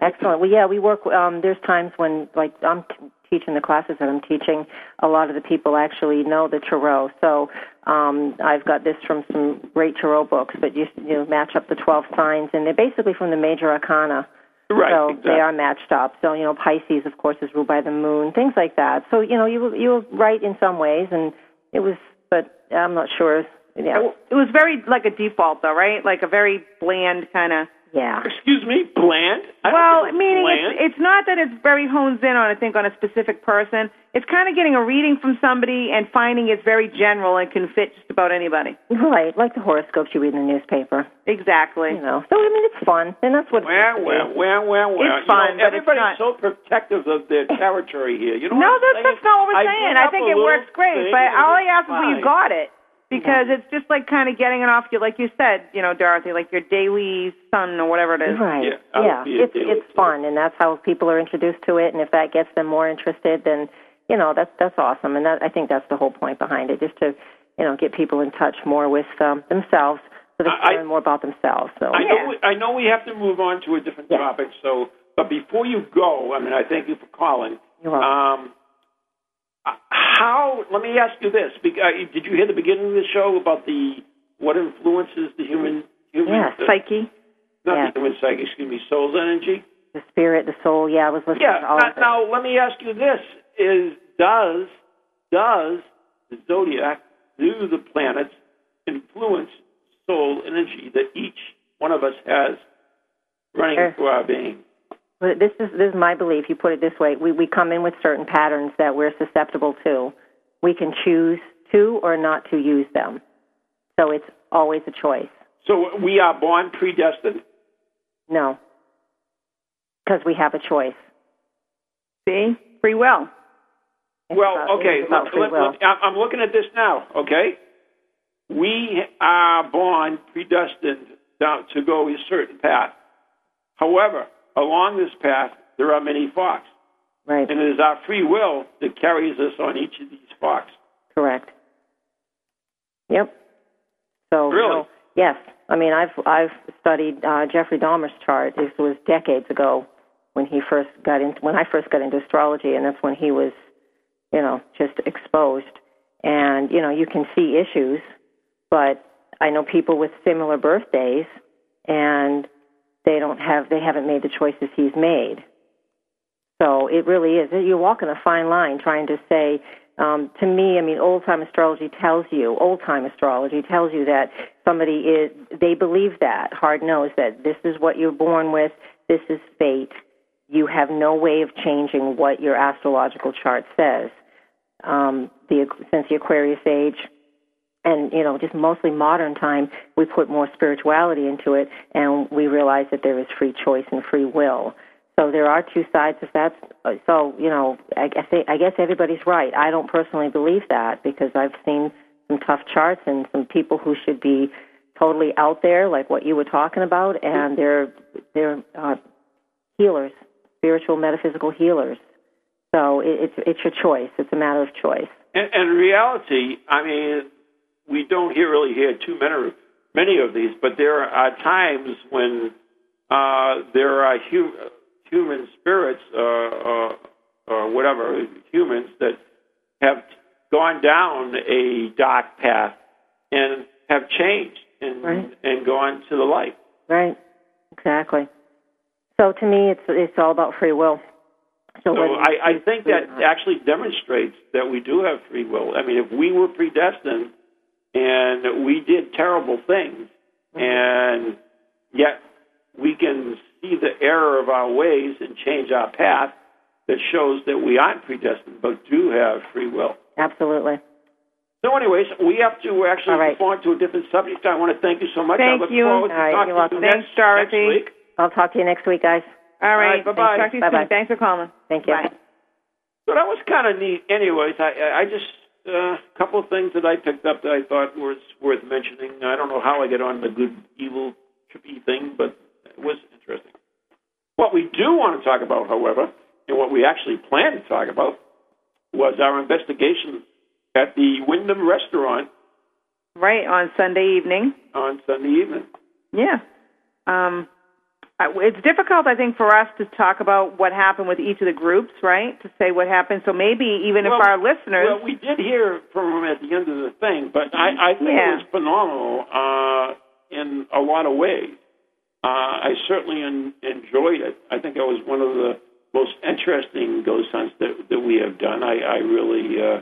Speaker 8: Excellent. Well, yeah, we work. Um, there's times when, like, I'm t- teaching the classes that I'm teaching. A lot of the people actually know the tarot. So um, I've got this from some great tarot books, but you, you know, match up the 12 signs, and they're basically from the major arcana.
Speaker 2: Right,
Speaker 8: So
Speaker 2: exactly.
Speaker 8: they are matched up. So you know, Pisces, of course, is ruled by the moon. Things like that. So you know, you were- you were right in some ways, and it was, but I'm not sure. Yeah,
Speaker 3: it was very like a default, though, right? Like a very bland kind of.
Speaker 8: yeah.
Speaker 2: Excuse me, bland. I don't
Speaker 3: Well,
Speaker 2: think it's
Speaker 3: meaning
Speaker 2: bland.
Speaker 3: it's, it's not that it's very hones in on, I think, on a specific person. It's kind of getting a reading from somebody and finding it's very general and can fit just about anybody.
Speaker 8: Right, like the horoscopes you read in the newspaper.
Speaker 3: Exactly.
Speaker 8: you know. So I mean, it's fun, and that's what.
Speaker 2: Wah, wah, wah, wah, wah.
Speaker 3: It's
Speaker 2: You
Speaker 3: fun,
Speaker 2: know,
Speaker 3: but it's
Speaker 2: everybody's
Speaker 3: not-
Speaker 2: so protective of their territory here. You know
Speaker 3: No,
Speaker 2: what I'm
Speaker 3: that's,
Speaker 2: saying?
Speaker 3: that's not what
Speaker 2: I
Speaker 3: we're saying.
Speaker 2: bring
Speaker 3: I
Speaker 2: up
Speaker 3: think
Speaker 2: a
Speaker 3: it
Speaker 2: little
Speaker 3: works great,
Speaker 2: thing
Speaker 3: but
Speaker 2: and
Speaker 3: all I
Speaker 2: it's
Speaker 3: ask is where you
Speaker 2: fine.
Speaker 3: got it because
Speaker 8: Mm-hmm.
Speaker 3: it's just like kind of getting it off you, like you said, you know, Dorothy, like your daily sun or whatever it is.
Speaker 8: Right.
Speaker 2: Yeah, I would be a
Speaker 8: It's
Speaker 2: daily
Speaker 8: it's fun, and that's how people are introduced to it. And if that gets them more interested, then you know that's that's awesome. And that I think that's the whole point behind it, just to you know get people in touch more with um, themselves, so they can
Speaker 2: I- I-
Speaker 8: learn more about themselves. So
Speaker 2: I know, we, I know we have to move on to a different topic, so but before you go, I mean, I thank you for calling.
Speaker 8: You're
Speaker 2: Um,
Speaker 8: welcome.
Speaker 2: uh, how? Let me ask you this: bec- uh, Did you hear the beginning of the show about the what influences the human human
Speaker 8: Yeah,
Speaker 2: uh,
Speaker 3: Psyche.
Speaker 2: not
Speaker 8: yeah.
Speaker 2: the human psyche? Excuse me, soul's energy.
Speaker 8: the spirit, the soul. Yeah, I was listening
Speaker 2: Yeah.
Speaker 8: to all
Speaker 2: Now,
Speaker 8: of it.
Speaker 2: now, let me ask you this: Is does does the zodiac do the planets influence soul energy that each one of us has running
Speaker 8: Sure.
Speaker 2: through our being?
Speaker 8: But this is this is my belief. You put it this way: we we come in with certain patterns that we're susceptible to. We can choose to or not to use them. So it's always a choice.
Speaker 2: So we are born predestined.
Speaker 8: No, because we have a choice.
Speaker 3: See? Free will.
Speaker 8: It's about-
Speaker 2: Well, okay.
Speaker 8: it's about
Speaker 2: Let,
Speaker 8: free
Speaker 2: let,
Speaker 8: will.
Speaker 2: let, I'm I'm looking at this now. Okay, we are born predestined down to go a certain path. However, along this path there are many forks,
Speaker 8: right,
Speaker 2: and it is our free will that carries us on each of these forks.
Speaker 8: correct. Yep. So
Speaker 2: Really?
Speaker 8: no- yes. I mean, I've I've studied uh, Jeffrey Dahmer's chart. This was decades ago when he first got into when I first got into astrology, and that's when he was, you know, just exposed. And you know, you can see issues, but I know people with similar birthdays, and they don't have they haven't made the choices he's made. So it really is. You're walking a fine line trying to say, um, to me, I mean, old time astrology tells you, old time astrology tells you that somebody is, they believe that, hard knows that this is what you're born with, this is fate. You have no way of changing what your astrological chart says. Um, the, since the Aquarius age, and you know just mostly modern time we put more spirituality into it and we realize that there is free choice and free will so there are two sides of that so you know i guess i guess everybody's right i don't personally believe that because i've seen some tough charts and some people who should be totally out there like what you were talking about and they're they're uh, healers spiritual metaphysical healers so it, it's it's your choice it's a matter of choice
Speaker 2: And, and in reality, I mean, we don't hear, really hear too many, many of these, but there are times when uh, there are hu- human spirits or, or, or whatever, humans that have gone down a dark path and have changed and,
Speaker 8: Right.
Speaker 2: and gone to the light.
Speaker 8: Right. Exactly. So to me, it's it's all about free will.
Speaker 2: So
Speaker 8: So, whether you
Speaker 2: I, I
Speaker 8: choose
Speaker 2: think
Speaker 8: free
Speaker 2: that
Speaker 8: or not.
Speaker 2: actually demonstrates that we do have free will. I mean, if we were predestined and we did terrible things,
Speaker 8: Mm-hmm.
Speaker 2: and yet we can see the error of our ways and change our path, that shows that we aren't predestined but do have free will.
Speaker 8: absolutely.
Speaker 2: So, anyways, we have to actually
Speaker 8: All right.
Speaker 2: move on to a different subject. I want to thank you so much. I
Speaker 3: Thank
Speaker 2: look
Speaker 3: you.
Speaker 2: forward to
Speaker 8: All right,
Speaker 2: talking
Speaker 8: you're welcome.
Speaker 2: to you
Speaker 3: Thanks,
Speaker 2: next,
Speaker 3: Dorothy.
Speaker 2: next week.
Speaker 8: I'll talk to you next week, guys.
Speaker 3: All right.
Speaker 2: All right, bye-bye.
Speaker 3: Talk to you
Speaker 8: Bye-bye.
Speaker 3: soon. Thanks for calling.
Speaker 8: Thank you.
Speaker 3: Bye.
Speaker 2: So that was kind of neat. Anyways, I- I, I just uh, a couple of things that I picked up that I thought was worth mentioning. I don't know how I get on the good evil trippy thing, but it was interesting. What we do want to talk about, however, and what we actually plan to talk about, was our investigation at the Wyndham Restaurant
Speaker 3: Right on Sunday evening.
Speaker 2: on Sunday evening.
Speaker 3: Yeah. Um, I- it's difficult, I think, for us to talk about what happened with each of the groups, right? To say what happened. So maybe even if our listeners,
Speaker 2: Well, we did hear from him at the end of the thing, but I, I think
Speaker 3: Yeah.
Speaker 2: it was phenomenal uh, in a lot of ways. Uh, I certainly en- enjoyed it. I think it was one of the most interesting ghost hunts that, that we have done. I, I really, uh,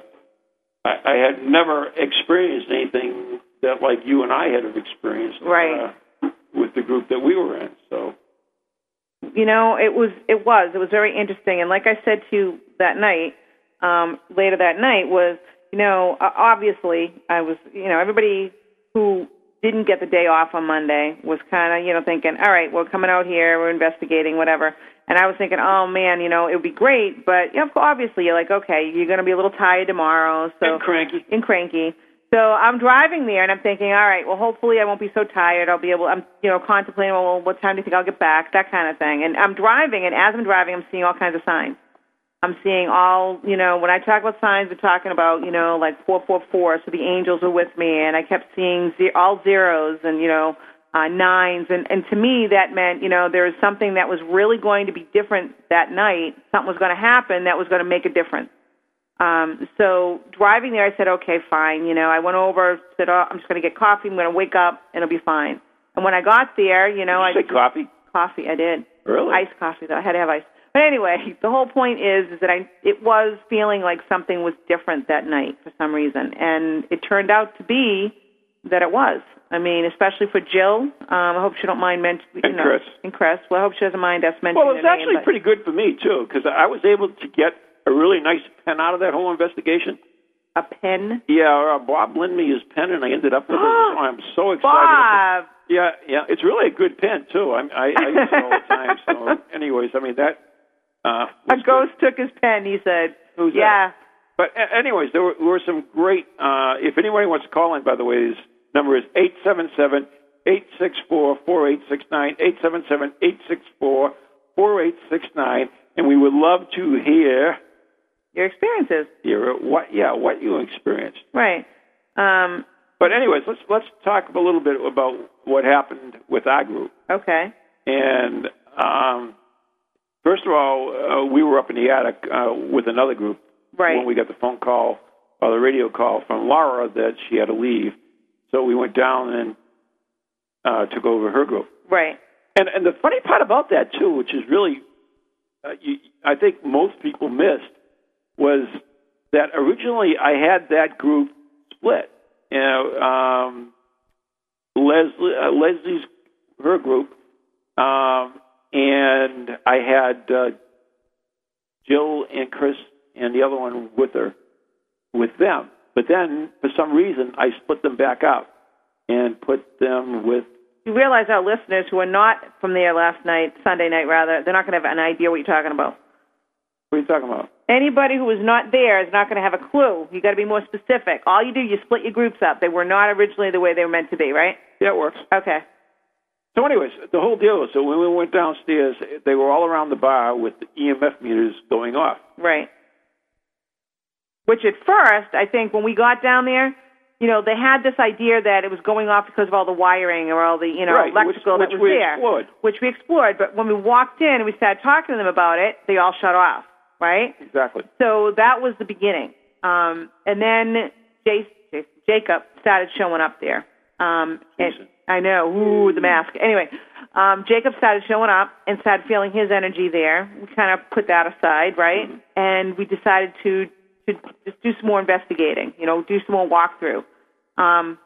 Speaker 2: I, I had never experienced anything that like you and I had have experienced
Speaker 3: Right.
Speaker 2: uh, with the group that we were in. So
Speaker 3: you know, it was it was it was very interesting. And like I said to you that night, um, later that night was, you know, o- obviously I was, you know, everybody who didn't get the day off on Monday was kind of, you know, thinking, all right, we're coming out here, we're investigating, whatever. And I was thinking, oh man, you know, it would be great, but you know, obviously you're like, okay, you're going to be a little tired tomorrow, so
Speaker 2: and cranky.
Speaker 3: and cranky. So I'm driving there and I'm thinking, all right, well, hopefully I won't be so tired. I'll be able, I'm, you know, contemplating, well, what time do you think I'll get back? That kind of thing. And I'm driving, and as I'm driving, I'm seeing all kinds of signs. I'm seeing all, you know, when I talk about signs, we're talking about, you know, like 444, so the angels are with me, and I kept seeing ze- all zeros and, you know, uh, nines. And, and to me, that meant, you know, there was something that was really going to be different that night. Something was going to happen that was going to make a difference. Um, so driving there, I said, okay, fine. You know, I went over, said, oh, I'm just going to get coffee. I'm going to wake up, and it'll be fine. And when I got there, you know, I
Speaker 2: Did you say coffee?
Speaker 3: coffee. I did
Speaker 2: Really?
Speaker 3: iced coffee though. I had to have ice. But anyway, the whole point is is that I it was feeling like something was different that night for some reason, and it turned out to be that it was. I mean, especially for Jill. Um, I hope she don't mind mentioning
Speaker 2: And Chris.
Speaker 3: And Chris. Well, I hope she doesn't mind us mentioning.
Speaker 2: Well, it was
Speaker 3: her name,
Speaker 2: actually
Speaker 3: but-
Speaker 2: pretty good for me too, because I was able to get a really nice pen out of that whole investigation.
Speaker 3: a pen.
Speaker 2: Yeah, uh, Bob lent me his pen, and I ended up with it. So I'm so excited.
Speaker 3: Bob.
Speaker 2: Yeah, yeah, it's really a good pen too. I, I, I use it all the time. So, anyways, I mean that. Uh,
Speaker 3: A
Speaker 2: was good.
Speaker 3: ghost took his pen. He said.
Speaker 2: Who's that?
Speaker 3: yeah.
Speaker 2: But a- anyways, there were, were some great. Uh, if anybody wants to call in, by the way, his number is eight seven seven eight six four four eight six nine eight seven seven eight six four four eight six nine, and we would love to hear
Speaker 3: Your experiences.
Speaker 2: hear what yeah what you experienced.
Speaker 3: Right. Um,
Speaker 2: But anyways, let's let's talk a little bit about what happened with our group.
Speaker 3: okay.
Speaker 2: And um, first of all, uh, we were up in the attic uh, with another group
Speaker 3: Right.
Speaker 2: when we got the phone call or the radio call from Laura that she had to leave. So we went down and uh, took over her group.
Speaker 3: Right.
Speaker 2: And and the funny part about that too, which is really, uh, you, I think most people missed, was that originally I had that group split. You know, um, Leslie, uh, Leslie's her group, um, and I had uh, Jill and Chris and the other one with her, with them. But then for some reason I split them back up and put them with
Speaker 3: you realize our listeners who are not from there last night, Sunday night rather, they're not going to have an idea what you're talking about.
Speaker 2: what are you talking about?
Speaker 3: Anybody who was not there is not going to have a clue. You got to be more specific. All you do, you split your groups up. They were not originally the way they were meant to be, right?
Speaker 2: Yeah, it works.
Speaker 3: Okay.
Speaker 2: So, anyways, the whole deal was so when we went downstairs, they were all around the bar with the EMF meters going off.
Speaker 3: Right. Which at first, I think when we got down there, you know, they had this idea that it was going off because of all the wiring or all the, you know,
Speaker 2: Right, which-
Speaker 3: electrical
Speaker 2: which
Speaker 3: that was
Speaker 2: we
Speaker 3: there.
Speaker 2: explored.
Speaker 3: Which we explored. But when we walked in and we started talking to them about it, they all shut off, right?
Speaker 2: Exactly.
Speaker 3: So that was the beginning. Um, and then Jace, Jace, Jacob started showing up there. Um, and-
Speaker 2: Jason.
Speaker 3: I know, ooh, the mask. Anyway, um, Jacob started showing up and started feeling his energy there. We kind of put that aside, right?
Speaker 2: Mm-hmm.
Speaker 3: And we decided to, to just do some more investigating, you know, do some more walkthrough. Um,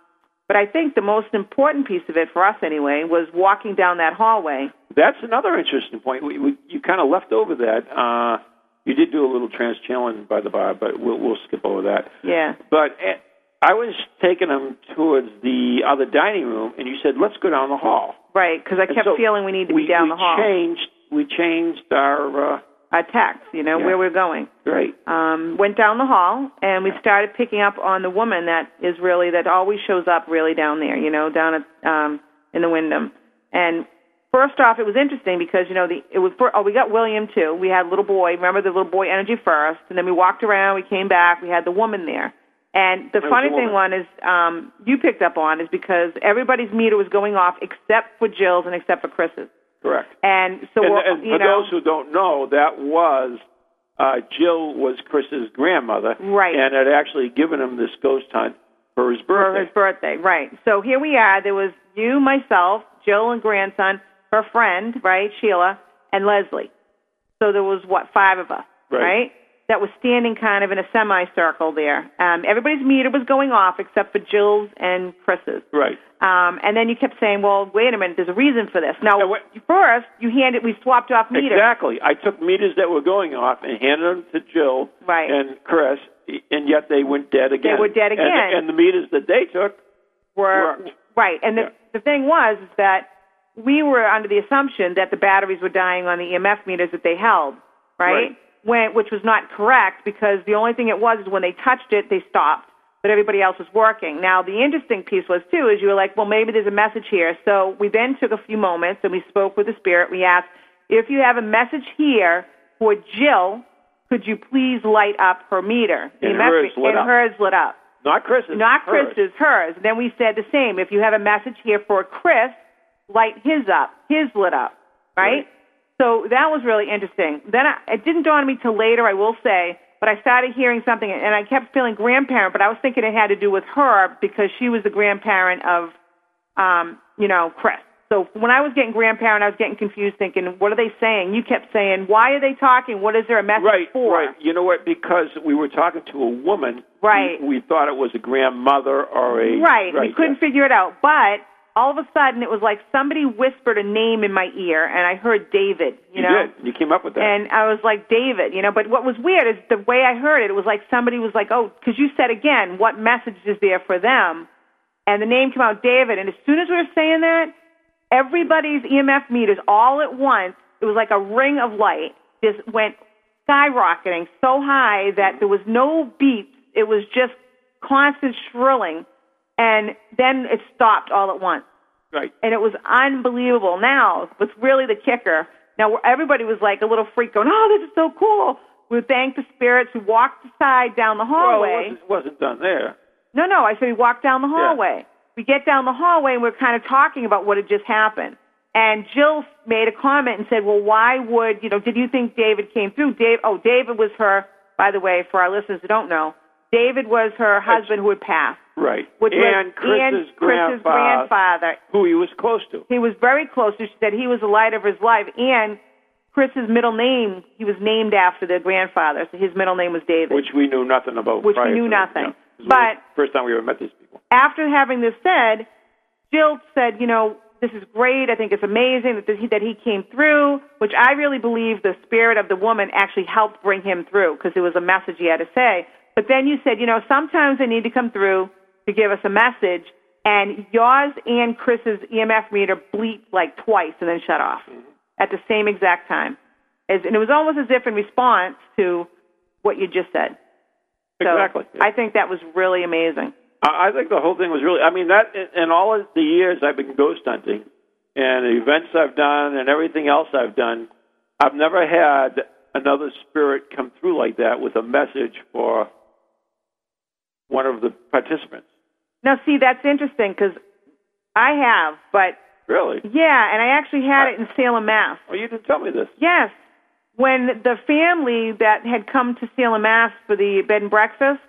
Speaker 3: but I think the most important piece of it for us, anyway, was walking down that hallway.
Speaker 2: That's another interesting point. We, we, you kind of left over that. Uh, you did do a little trans channeling by the bar, but we'll, we'll skip over that.
Speaker 3: Yeah.
Speaker 2: But eh, I was taking them towards the other dining room, and you said, let's go down the hall.
Speaker 3: Right, because I
Speaker 2: And
Speaker 3: kept
Speaker 2: so
Speaker 3: feeling we need to
Speaker 2: we,
Speaker 3: be down
Speaker 2: we
Speaker 3: the hall.
Speaker 2: Changed, we changed our. Uh,
Speaker 3: Our text, you know,
Speaker 2: Yeah.
Speaker 3: where we're going.
Speaker 2: great.
Speaker 3: um, went down the hall and we started picking up on the woman that is really that always shows up really down there, you know, down at um, in the Wyndham. And first off, it was interesting because you know the it was for, oh we got William too. We had little boy. Remember the little boy energy first, and then we walked around. We came back. We had the woman there. And the
Speaker 2: was
Speaker 3: funny
Speaker 2: the
Speaker 3: thing,
Speaker 2: woman.
Speaker 3: one is um, you picked up on is because everybody's meter was going off except for Jill's and except for Chris's.
Speaker 2: Correct.
Speaker 3: And so
Speaker 2: and,
Speaker 3: we're-
Speaker 2: and
Speaker 3: you
Speaker 2: for
Speaker 3: know,
Speaker 2: those who don't know, that was uh, Jill was Chris's grandmother,
Speaker 3: Right.
Speaker 2: And had actually given him this ghost hunt for his
Speaker 3: for
Speaker 2: birthday.
Speaker 3: his birthday, right. So here we are. There was you, myself, Jill and grandson, her friend, right, Sheila, and Leslie. So there was what, five of us,
Speaker 2: Right.
Speaker 3: right? That was standing kind of in a semicircle there. Um, everybody's meter was going off except for Jill's and Chris's.
Speaker 2: Right.
Speaker 3: Um, and then you kept saying, "Well, wait a minute. There's a reason for this." Now,
Speaker 2: Yeah, what-
Speaker 3: first you handed we swapped off meters.
Speaker 2: Exactly. I took meters that were going off and handed them to Jill
Speaker 3: Right.
Speaker 2: and Chris, and yet they went dead again.
Speaker 3: were dead
Speaker 2: And-
Speaker 3: again.
Speaker 2: And, the meters that they took,
Speaker 3: were
Speaker 2: Worked.
Speaker 3: right. And the,
Speaker 2: Yeah.
Speaker 3: the thing was is that we were under the assumption that the batteries were dying on the EMF meters that they held, right?
Speaker 2: Right.
Speaker 3: When, which was not correct because the only thing it was is when they touched it, they stopped, but everybody else was working. Now, the interesting piece was too is you were like, well, maybe there's a message here. So we then took a few moments and we spoke with the spirit. We asked, if you have a message here for Jill, could you please light up her meter? The
Speaker 2: And
Speaker 3: EMF
Speaker 2: hers lit
Speaker 3: and
Speaker 2: up.
Speaker 3: hers lit up.
Speaker 2: not Chris's,
Speaker 3: Not
Speaker 2: hers.
Speaker 3: Chris's, hers. Then we said the same. If you have a message here for Chris, light his up. His lit up, right?
Speaker 2: Right.
Speaker 3: So that was really interesting. Then I, it didn't dawn on me till later, I will say, but I started hearing something, and I kept feeling grandparent, but I was thinking it had to do with her because she was the grandparent of, um, you know, Chris. So when I was getting grandparent, I was getting confused, thinking, what are they saying? You kept saying, why are they talking? What is there a message
Speaker 2: Right,
Speaker 3: for?
Speaker 2: right. You know what? Because we were talking to a woman,
Speaker 3: Right.
Speaker 2: We, we thought it was a grandmother or a
Speaker 3: Right. We couldn't
Speaker 2: yeah.
Speaker 3: figure it out. But all of a sudden, it was like somebody whispered a name in my ear, and I heard David.
Speaker 2: You,
Speaker 3: You, know.
Speaker 2: did. You came up with that.
Speaker 3: And I was like, David, you know. But what was weird is the way I heard it. It was like somebody was like, oh, because you said again, what message is there for them? And the name came out, David. And as soon as we were saying that, everybody's EMF meters all at once. It was like a ring of light just went skyrocketing so high that there was no beeps. It was just constant shrilling, and then it stopped all at once
Speaker 2: right.
Speaker 3: and it was unbelievable. Now, what's really the kicker? Now, where everybody was like a little freak, going, "Oh, this is so cool." We thanked the spirits who walked aside down the
Speaker 2: Well, it
Speaker 3: hallway.
Speaker 2: wasn't, wasn't done there.
Speaker 3: No, no. I said we walked down the hallway. We get down the hallway and we're kind of talking about what had just happened. And Jill made a comment and said, "Well, why would you know? Did you think David came through? Dave? Oh, David was her. By the way, for our listeners who don't know, David was her husband who had passed,
Speaker 2: Right.
Speaker 3: which
Speaker 2: and
Speaker 3: was Ian, Chris's grandfather.
Speaker 2: who he was close to.
Speaker 3: He was very close. She said he was the light of his life. And Chris's middle name, he was named after their grandfather. So his middle name was David.
Speaker 2: Which we knew nothing about.
Speaker 3: Which we
Speaker 2: prior
Speaker 3: knew
Speaker 2: to
Speaker 3: nothing.
Speaker 2: That. Yeah. 'Cause we-
Speaker 3: But-
Speaker 2: first time we ever met these people.
Speaker 3: After having this said, Jill said, you know, this is great. I think it's amazing that, this, that he came through, which I really believe the spirit of the woman actually helped bring him through because it was a message he had to say. But then you said, you know, sometimes they need to come through to give us a message. And yours and Chris's EMF meter bleeped like twice and then shut off at the same exact time. As, and it was almost as if in response to what you just said. So
Speaker 2: exactly.
Speaker 3: I think that was really amazing.
Speaker 2: I I think the whole thing was really. I mean, that in all of the years I've been ghost hunting, and the events I've done, and everything else I've done, I've never had another spirit come through like that with a message for one of the participants.
Speaker 3: Now, see, that's interesting because I have, but
Speaker 2: Really?
Speaker 3: yeah, and I actually had it in Salem, Mass.
Speaker 2: Oh, you didn't tell me this.
Speaker 3: Yes. When the family that had come to Salem, Mass for the bed and breakfast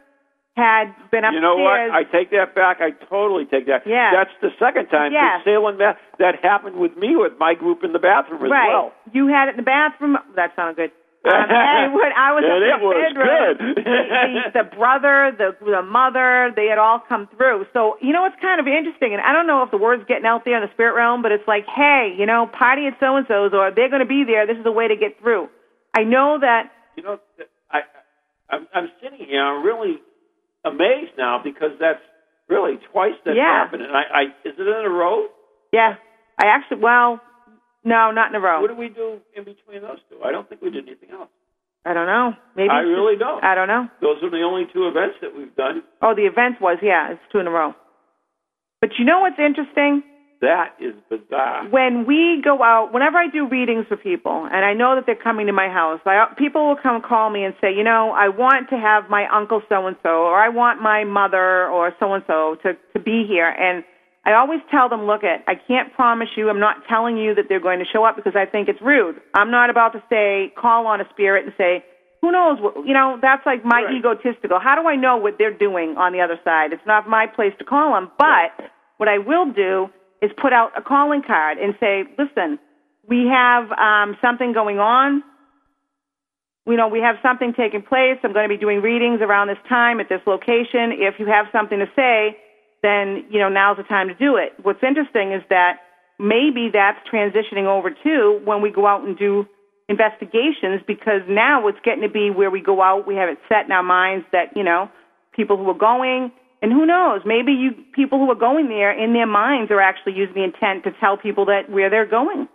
Speaker 3: had been upstairs.
Speaker 2: You know what? I take that back. I totally take that.
Speaker 3: Yeah.
Speaker 2: That's the second time
Speaker 3: Yes.
Speaker 2: in Salem that that happened with me with my group in the bathroom as
Speaker 3: right.
Speaker 2: well.
Speaker 3: You had it in the bathroom. That sounded good. Um, hey, when I was
Speaker 2: And
Speaker 3: up in
Speaker 2: it was
Speaker 3: the bedroom,
Speaker 2: good.
Speaker 3: the, the, the brother, the the mother, they had all come through. So you know it's kind of interesting, and I don't know if the word's getting out there in the spirit realm, but it's like, hey, you know, party at so and so's, or they're going to be there. This is a way to get through. I know that
Speaker 2: You know, I, I'm, I'm sitting here. I'm really amazed now because that's really twice that
Speaker 3: Yeah.
Speaker 2: happened. And I, I, is it in a row?
Speaker 3: Yeah, I actually. Well, no, not in a row.
Speaker 2: What do we do in between those two? I don't think we did anything else.
Speaker 3: I don't know. Maybe
Speaker 2: I
Speaker 3: it's just-
Speaker 2: really don't.
Speaker 3: I don't know.
Speaker 2: Those are the only two events that we've done.
Speaker 3: Oh, the event was yeah, it's two in a row. But you know what's interesting?
Speaker 2: That is bizarre.
Speaker 3: When we go out, whenever I do readings for people, and I know that they're coming to my house, I, people will come call me and say, you know, I want to have my uncle so and so, or I want my mother or so and so to to be here, and I always tell them, look, it, I can't promise you. I'm not telling you that they're going to show up because I think it's rude. I'm not about to say call on a spirit and say, who knows? What, you know, that's like my egotistical. How do I know what they're doing on the other side? It's not my place to call them. But what I will do is put out a calling card and say, listen, we have um, something going on you know, we have something taking place. I'm going to be doing readings around this time at this location. If you have something to say, then, you know, now's the time to do it. What's interesting is that maybe that's transitioning over to when we go out and do investigations because now it's getting to be where we go out. We have it set in our minds that, you know, people who are going, and who knows, maybe you people who are going there in their minds are actually using the intent to tell people that where they're going.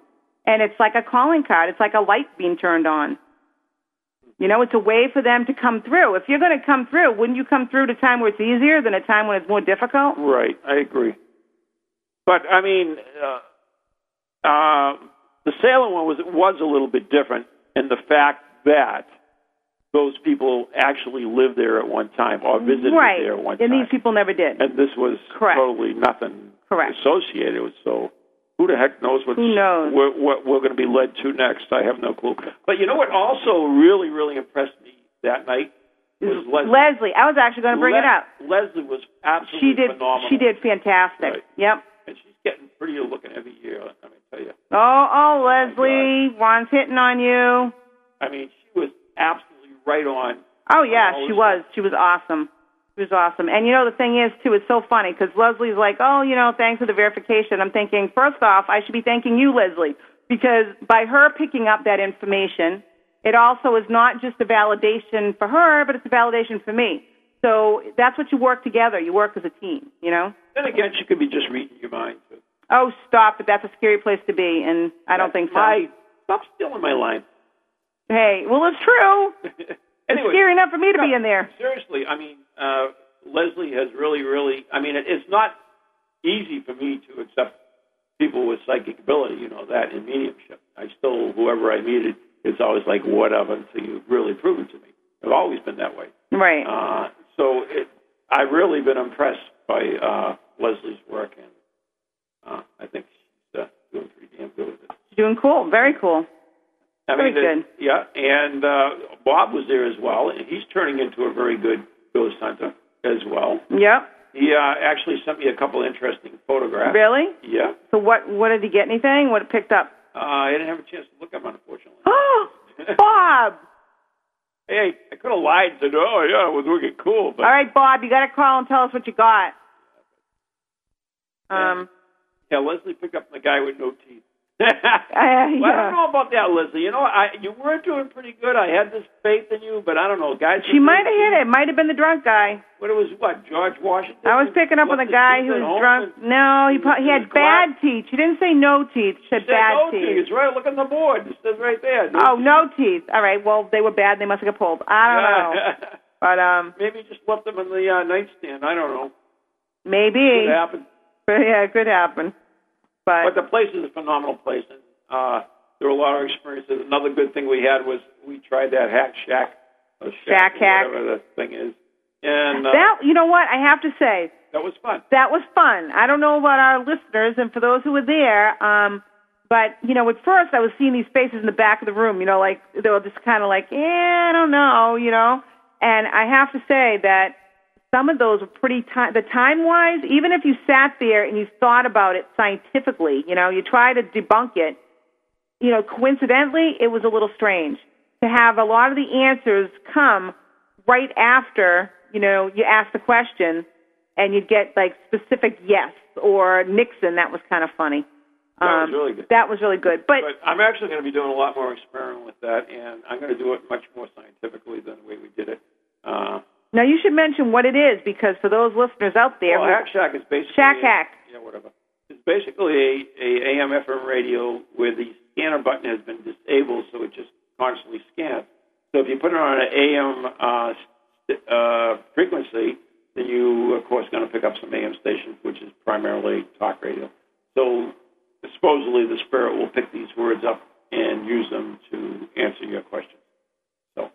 Speaker 3: And it's like a calling card. It's like a light being turned on. You know, it's a way for them to come through. If you're going to come through, wouldn't you come through at a time where it's easier than a time when it's more difficult?
Speaker 2: Right, I agree. But I mean, uh, uh, the Salem one was was a little bit different in the fact that those people actually lived there at one time or visited
Speaker 3: right.
Speaker 2: there at one
Speaker 3: and
Speaker 2: time,
Speaker 3: these people never did.
Speaker 2: and this was
Speaker 3: Correct.
Speaker 2: totally nothing
Speaker 3: Correct.
Speaker 2: associated with. So, who the heck knows what's,
Speaker 3: Who knows?
Speaker 2: What, what we're going to be led to next? I have no clue. But you know what? Also, really, really impressed me that night was Leslie.
Speaker 3: Leslie, I was actually going to bring it
Speaker 2: Le-
Speaker 3: up.
Speaker 2: Leslie was absolutely
Speaker 3: She did.
Speaker 2: phenomenal.
Speaker 3: She did fantastic.
Speaker 2: Right.
Speaker 3: Yep.
Speaker 2: And she's getting prettier looking every year, let me tell you.
Speaker 3: Oh, oh, Leslie, Ron's hitting on you.
Speaker 2: I mean, she was absolutely right on.
Speaker 3: Oh yeah,
Speaker 2: Oh, Leslie.
Speaker 3: she was. She was awesome. She was awesome. And you know the thing is too, it's so funny because Leslie's like, oh, you know, thanks for the verification. I'm thinking, first off, I should be thanking you, Leslie, because by her picking up that information, it also is not just a validation for her, but it's a validation for me. So that's what you work together. You work as a team. You know.
Speaker 2: Then again, she could be just reading your mind. Too.
Speaker 3: Oh, stop! But that's a scary place to be, and I don't think so.
Speaker 2: My, stop stealing my line.
Speaker 3: Hey, well, it's true.
Speaker 2: anyway,
Speaker 3: Scary enough for me to be in there.
Speaker 2: seriously, I mean, uh, Leslie has really, really, I mean, it, it's not easy for me to accept people with psychic ability, you know, that in mediumship. I still, whoever I meet, it, it's always like, whatever, until you've really proven to me. I've always been that way.
Speaker 3: Right.
Speaker 2: Uh, so it, I've really been impressed by uh, Leslie's work, and uh, I think she's uh, doing pretty damn good with it.
Speaker 3: Doing cool. Very cool.
Speaker 2: I
Speaker 3: Very
Speaker 2: mean, it-
Speaker 3: good.
Speaker 2: yeah, and uh, Bob was there as well, and he's turning into a very good ghost hunter as well.
Speaker 3: Yep.
Speaker 2: He uh, actually sent me a couple interesting photographs.
Speaker 3: Really?
Speaker 2: Yeah,
Speaker 3: So what? What did he get? Anything? What it picked up?
Speaker 2: uh, I didn't have a chance to look at them, unfortunately.
Speaker 3: Oh, Bob!
Speaker 2: Hey, I could have lied and said, "Oh yeah, it was wicked cool," but
Speaker 3: All right, Bob, you got to call and tell us what you got. Um,
Speaker 2: yeah, Leslie picked up the guy with no teeth.
Speaker 3: I,
Speaker 2: Well, I don't
Speaker 3: yeah.
Speaker 2: know about that, Leslie. You know, I you were doing pretty good. I had this faith in you, but I don't know, guys.
Speaker 3: she might have hit it. Might have been the drunk guy.
Speaker 2: But it was what George Washington.
Speaker 3: I was picking up on
Speaker 2: Left
Speaker 3: a
Speaker 2: his
Speaker 3: guy
Speaker 2: teeth
Speaker 3: who
Speaker 2: at
Speaker 3: was
Speaker 2: home
Speaker 3: drunk.
Speaker 2: and
Speaker 3: No,
Speaker 2: he
Speaker 3: he pro-
Speaker 2: was
Speaker 3: he had
Speaker 2: in the clock.
Speaker 3: bad teeth. She didn't say no teeth. She
Speaker 2: said,
Speaker 3: said bad
Speaker 2: no teeth. It's right. Look on the board. It says right there.
Speaker 3: Oh, no teeth. All right. Well, they were bad. They must have got pulled. I don't know. But um,
Speaker 2: Maybe he just left them on the uh, nightstand. I don't know.
Speaker 3: maybe.
Speaker 2: It happened.
Speaker 3: Yeah, it could happen.
Speaker 2: But the place is a phenomenal place, and uh, there were a lot of experiences. Another good thing we had was we tried that hack shack, or shack,
Speaker 3: Shack hack.
Speaker 2: whatever the thing is, and uh,
Speaker 3: That you know what I have to say.
Speaker 2: That was fun.
Speaker 3: that was fun. I don't know about our listeners and for those who were there, um, but you know, at first I was seeing these faces in the back of the room. You know, like they were just kind of like, yeah, I don't know, you know. And I have to say that some of those were pretty time the time wise. Even if you sat there and you thought about it scientifically, you know, you try to debunk it. You know, coincidentally, it was a little strange to have a lot of the answers come right after you know you ask the question and you'd get like specific yes or Nixon. That was kind of funny. Um,
Speaker 2: That was really good.
Speaker 3: That was really good. But,
Speaker 2: But I'm actually going to be doing a lot more experimenting with that, and I'm going to do it much more scientifically than the way we did it. Uh,
Speaker 3: now you should mention what it is because for those listeners out there,
Speaker 2: well,
Speaker 3: who-
Speaker 2: Hack Shack is basically
Speaker 3: Shack Hack.
Speaker 2: Yeah, whatever. It's basically a, a AM/FM radio where the scanner button has been disabled, so it just constantly scans. So if you put it on an AM uh, st- uh, frequency, then you of course going to pick up some AM stations, which is primarily talk radio. So supposedly the spirit will pick these words up and use them to answer your question. So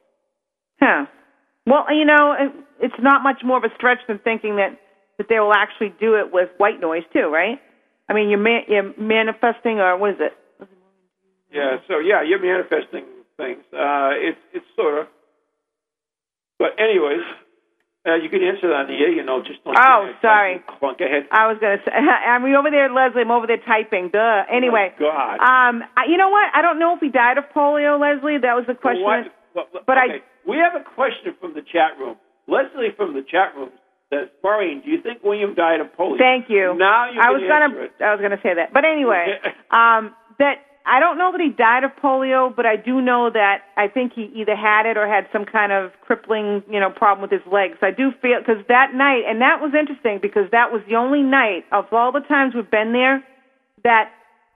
Speaker 3: Huh. Well, you know, it- it's not much more of a stretch than thinking that that they will actually do it with white noise too, right? I mean, you're, ma- you're manifesting, or what is it?
Speaker 2: Yeah. So yeah, you're manifesting things. Uh, it's it's sort of. But anyways, uh, you can answer that on the air. You know, just don't.
Speaker 3: Oh, sorry.
Speaker 2: Clunk ahead.
Speaker 3: I was gonna say, I'm over there, Leslie. I'm over there typing. Duh. Anyway,
Speaker 2: Oh, God.
Speaker 3: um, I, you know what? I don't know if he died of polio, Leslie. That was the question.
Speaker 2: What- what- what-
Speaker 3: but I-
Speaker 2: okay, We have a question from the chat room. Leslie from the chat room says, Maureen, do you think William died of polio?
Speaker 3: Thank you.
Speaker 2: Now you
Speaker 3: I
Speaker 2: can
Speaker 3: was gonna
Speaker 2: answer it.
Speaker 3: I was gonna say that. But anyway, um that I don't know that he died of polio, but I do know that I think he either had it or had some kind of crippling, you know, problem with his legs. I do feel cuz that night and that was interesting because that was the only night of all the times we've been there that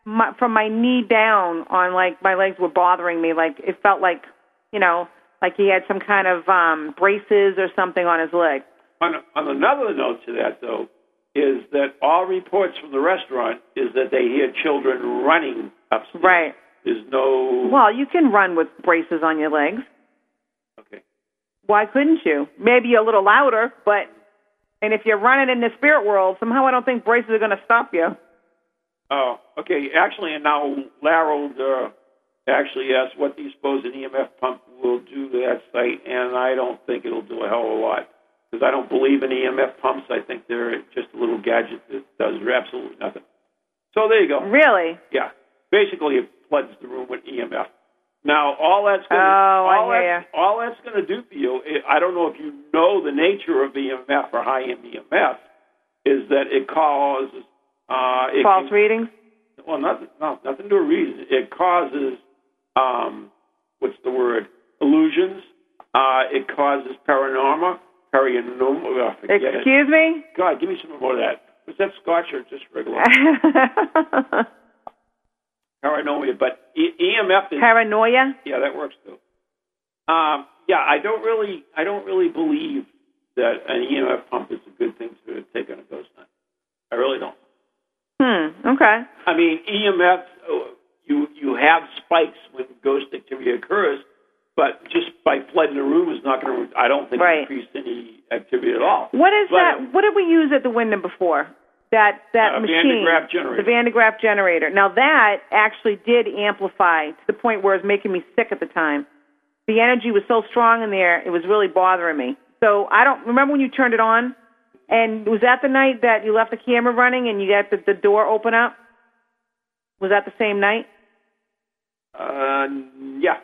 Speaker 3: my, from my knee down on like my legs were bothering me like it felt like, you know, like he had some kind of um braces or something on his leg.
Speaker 2: On, on another note to that, though, is that all reports from the restaurant is that they hear children running upstairs.
Speaker 3: Right.
Speaker 2: There's no.
Speaker 3: Well, you can run with braces on your legs.
Speaker 2: Okay.
Speaker 3: Why couldn't you? Maybe a little louder, but and if you're running in the spirit world, somehow I don't think braces are going to stop you.
Speaker 2: Oh, okay. Actually, and now Larold uh, actually asked what do you suppose an EMF pump will do to that site, and I don't think it'll do a hell of a lot because I don't believe in EMF pumps. I think they're just a little gadget that does absolutely nothing. So there you go.
Speaker 3: Really?
Speaker 2: Yeah. Basically, it floods the room with EMF. Now, all that's going to
Speaker 3: Oh, I
Speaker 2: all,
Speaker 3: hear
Speaker 2: that's, all that's going to do for you, eh, I I don't know if you know the nature of EMF or high end EMF, is that it causes uh, it
Speaker 3: False
Speaker 2: can-
Speaker 3: readings?
Speaker 2: well, nothing, no, nothing to a reason. It causes, um, what's the word? Illusions. Uh, it causes paranormal. Paranormal. Uh, forget it.
Speaker 3: Excuse me?
Speaker 2: God, give me some more of that. Was that Scotch or just regular? paranormal. But e- EMF is
Speaker 3: Paranoia?
Speaker 2: yeah, that works too. Um, yeah, I don't really, I don't really believe that an EMF pump is a good thing to take on a ghost hunt. I really don't.
Speaker 3: Hmm. Okay.
Speaker 2: I mean, EMF, uh, you you have spikes when ghost activity occurs, but just by flooding the room is not going to. I don't think
Speaker 3: Right.
Speaker 2: increase any activity at all.
Speaker 3: What is
Speaker 2: But-
Speaker 3: that? What did we use at the Wyndham before? That that
Speaker 2: Uh, Van de
Speaker 3: machine,
Speaker 2: Graaff generator.
Speaker 3: the Van de Graaff generator. Now that actually did amplify to the point where it was making me sick at the time. The energy was so strong in there; it was really bothering me. So I don't remember when you turned it on. And was that the night that you left the camera running and you got the, the door open up? Was that the same night?
Speaker 2: Uh, yeah.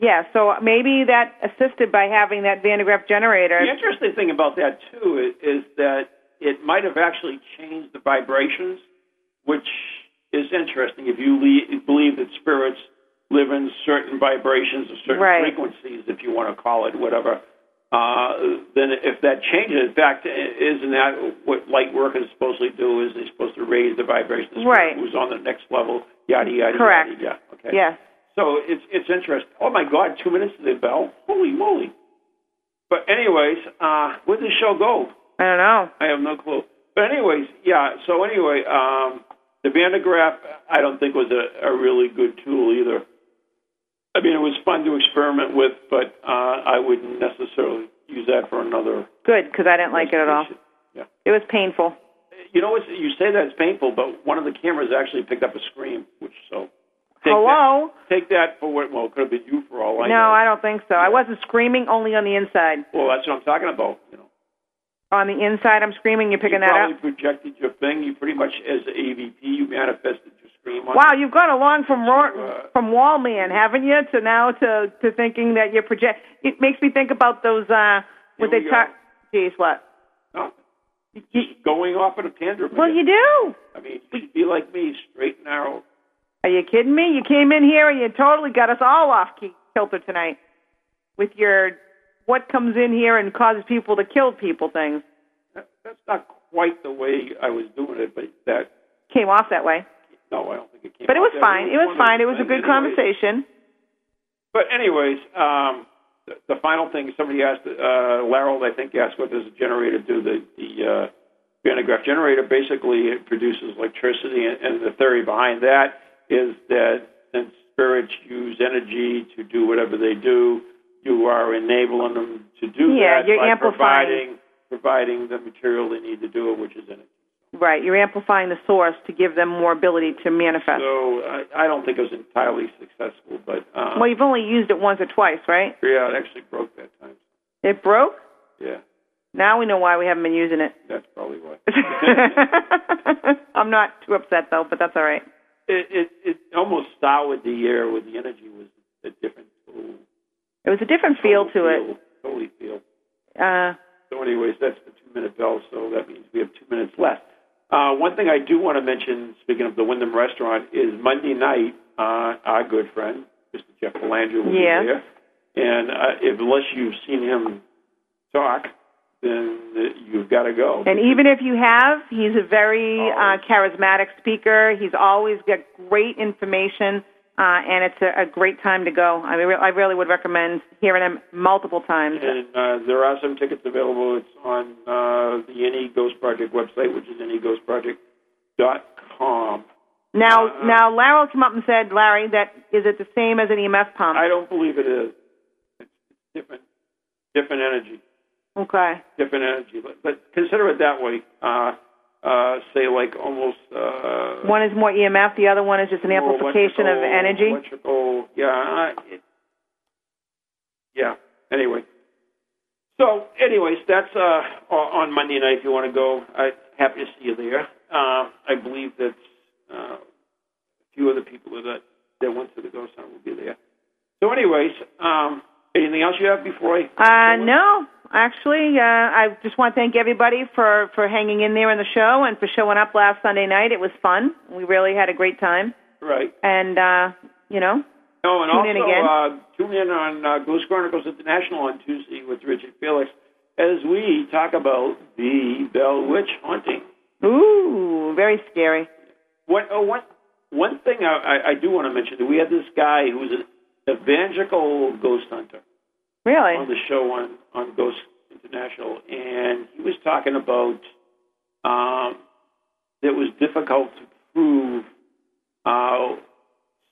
Speaker 3: Yeah. So maybe that assisted by having that Van de Graaff generator.
Speaker 2: The interesting thing about that too is, is that it might have actually changed the vibrations, which is interesting. If you le- believe that spirits live in certain vibrations or certain
Speaker 3: Right.
Speaker 2: frequencies, if you want to call it whatever, uh, then if that changes, in fact, isn't that what light workers supposedly do? Is they're supposed to raise the vibrations? of the spirit
Speaker 3: Right.
Speaker 2: Who's on the next level? Yada yada.
Speaker 3: Correct.
Speaker 2: Yada, yeah. Okay.
Speaker 3: Yes.
Speaker 2: So it's it's interesting. Oh my God, two minutes to the bell. Holy moly! But anyways, uh, where did the show go?
Speaker 3: I don't know.
Speaker 2: I have no clue. But anyways, yeah. So anyway, um, the Van de Graaff, I don't think was a, a really good tool either. I mean, it was fun to experiment with, but uh, I wouldn't necessarily use that for another.
Speaker 3: Good because I didn't like it at all.
Speaker 2: Yeah.
Speaker 3: It was painful.
Speaker 2: You know, it's, you say that it's painful, but one of the cameras actually picked up a scream, which so. Take
Speaker 3: Hello?
Speaker 2: That, take that for what? Well, it could have been you for all I
Speaker 3: no,
Speaker 2: know.
Speaker 3: I don't think so. I wasn't screaming, only on the inside.
Speaker 2: Well, that's what I'm talking about. You know,
Speaker 3: On the inside, I'm screaming. You're picking
Speaker 2: you
Speaker 3: that
Speaker 2: probably
Speaker 3: up.
Speaker 2: projected your thing. You pretty much, as a EVP, you manifested your scream. On
Speaker 3: Wow, you've gone along
Speaker 2: uh,
Speaker 3: from roar, from wall man, haven't you? To now to to thinking that you're project. It makes me think about those. uh What
Speaker 2: Here
Speaker 3: they
Speaker 2: we
Speaker 3: talk. Geez, what?
Speaker 2: No. Just going off on a tantrum.
Speaker 3: Well, you
Speaker 2: again.
Speaker 3: do.
Speaker 2: I mean, you should be like me, straight and narrow.
Speaker 3: Are you kidding me? You came in here and you totally got us all off key- kilter tonight with your what comes in here and causes people to kill people things.
Speaker 2: That, that's not quite the way I was doing it, but that
Speaker 3: Came off that way,
Speaker 2: no, I don't think it came.
Speaker 3: but it
Speaker 2: out
Speaker 3: was
Speaker 2: that way.
Speaker 3: fine. It was
Speaker 2: one of
Speaker 3: fine. It
Speaker 2: those
Speaker 3: was
Speaker 2: things
Speaker 3: a good
Speaker 2: anyways.
Speaker 3: conversation.
Speaker 2: But anyways, um, the, the final thing somebody asked, uh, Laryl, I think, asked, what does a generator do? The the uh, Van de Graaff generator basically it produces electricity, and, and the theory behind that is that since spirits use energy to do whatever they do, you are enabling them to do
Speaker 3: Yeah,
Speaker 2: that
Speaker 3: you're
Speaker 2: by
Speaker 3: amplifying.
Speaker 2: providing providing the material they need to do it, which is energy.
Speaker 3: Right, you're amplifying the source to give them more ability to manifest.
Speaker 2: So I, I don't think it was entirely successful, but um,
Speaker 3: Well, you've only used it once or twice, right?
Speaker 2: yeah, it actually broke that time.
Speaker 3: It broke.
Speaker 2: Yeah,
Speaker 3: Now we know why we haven't been using it.
Speaker 2: that's probably why.
Speaker 3: I'm not too upset though, but that's all right.
Speaker 2: it, it it almost soured the air with the energy was a different total,
Speaker 3: It was a different feel to it.
Speaker 2: Totally feel.
Speaker 3: Uh,
Speaker 2: So, anyways, that's the two minute bell. So that means we have two minutes left. Uh, one thing I do want to mention, speaking of the Wyndham Restaurant, is Monday night. Uh, our good friend, Mr. Jeff Belanger, will
Speaker 3: Yeah.
Speaker 2: be there. And uh, if, unless you've seen him talk, then uh, you've got to go.
Speaker 3: And even if you have, he's a very uh,
Speaker 2: Always.
Speaker 3: charismatic speaker. He's always got great information, uh, and it's a, a great time to go. I, mean, re- I really would recommend hearing him multiple times.
Speaker 2: And uh, there are some tickets available. It's on uh, the NE Ghost Project website, which is neghostproject.com.
Speaker 3: Now,
Speaker 2: Uh,
Speaker 3: now, Laryl came up and said, Larry, that is it the same as an EMF pump?
Speaker 2: I don't believe it is. It's different, different energy,
Speaker 3: okay.
Speaker 2: different energy. But, but consider it that way. Uh, uh, say like almost uh,
Speaker 3: One is more EMF, the other one is just an
Speaker 2: more
Speaker 3: amplification of
Speaker 2: electrical-
Speaker 3: energy.
Speaker 2: Electrical, yeah, I- it, yeah. Anyway, so anyways, that's uh, on on Monday night. If you want to go, I happy to see you there. Uh, I believe that uh, a few other people that uh, that went to the ghost hunt will be there. So, anyways, um, anything else you have before I?
Speaker 3: Uh, no, actually, uh, I just want to thank everybody for, for hanging in there in the show and for showing up last Sunday night. It was fun. We really had a great time.
Speaker 2: Right.
Speaker 3: And, uh, you know,
Speaker 2: No, and
Speaker 3: Tune
Speaker 2: also
Speaker 3: in again.
Speaker 2: Uh, tune in on uh, Ghost Chronicles International on Tuesday with Richard Felix as we talk about the Bell Witch haunting.
Speaker 3: ooh, very scary.
Speaker 2: What, oh, one, one thing I, I, I do want to mention that we had this guy who was an evangelical ghost hunter on
Speaker 3: Really?
Speaker 2: the show on, on Ghost International, and he was talking about um, that it was difficult to prove uh,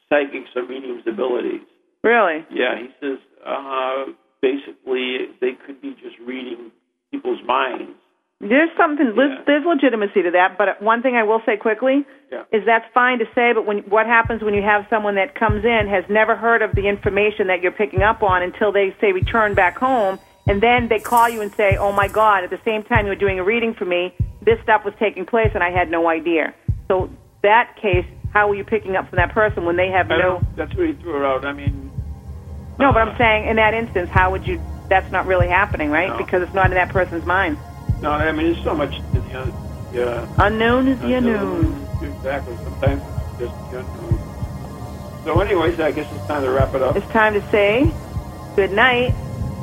Speaker 2: psychics or mediums' abilities.
Speaker 3: Really?
Speaker 2: Yeah, he says uh, basically they could be just reading people's minds.
Speaker 3: There's something,
Speaker 2: Yeah.
Speaker 3: there's legitimacy to that, but one thing I will say quickly
Speaker 2: Yeah.
Speaker 3: is that's fine to say, but when what happens when you have someone that comes in has never heard of the information that you're picking up on until they say return back home, and then they call you and say, "Oh my God!" At the same time you were doing a reading for me, this stuff was taking place and I had no idea. So that case, how are you picking up from that person when they have
Speaker 2: I
Speaker 3: no?
Speaker 2: don't, that's what he threw out. I mean,
Speaker 3: No, but I'm saying in that instance, how would you? That's not really happening, right?
Speaker 2: No.
Speaker 3: Because it's not in that person's mind.
Speaker 2: no, I mean there's so much. To the, other- yeah,
Speaker 3: Unknown is the unknown.
Speaker 2: Exactly. Sometimes it's just the unknown. So, anyways, I guess it's time to wrap it up.
Speaker 3: It's time to say good night.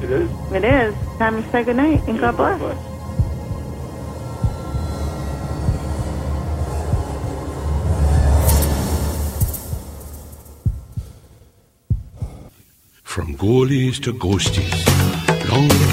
Speaker 2: It is.
Speaker 3: It is time to say good night and God bless.
Speaker 9: From goalies to ghosties, long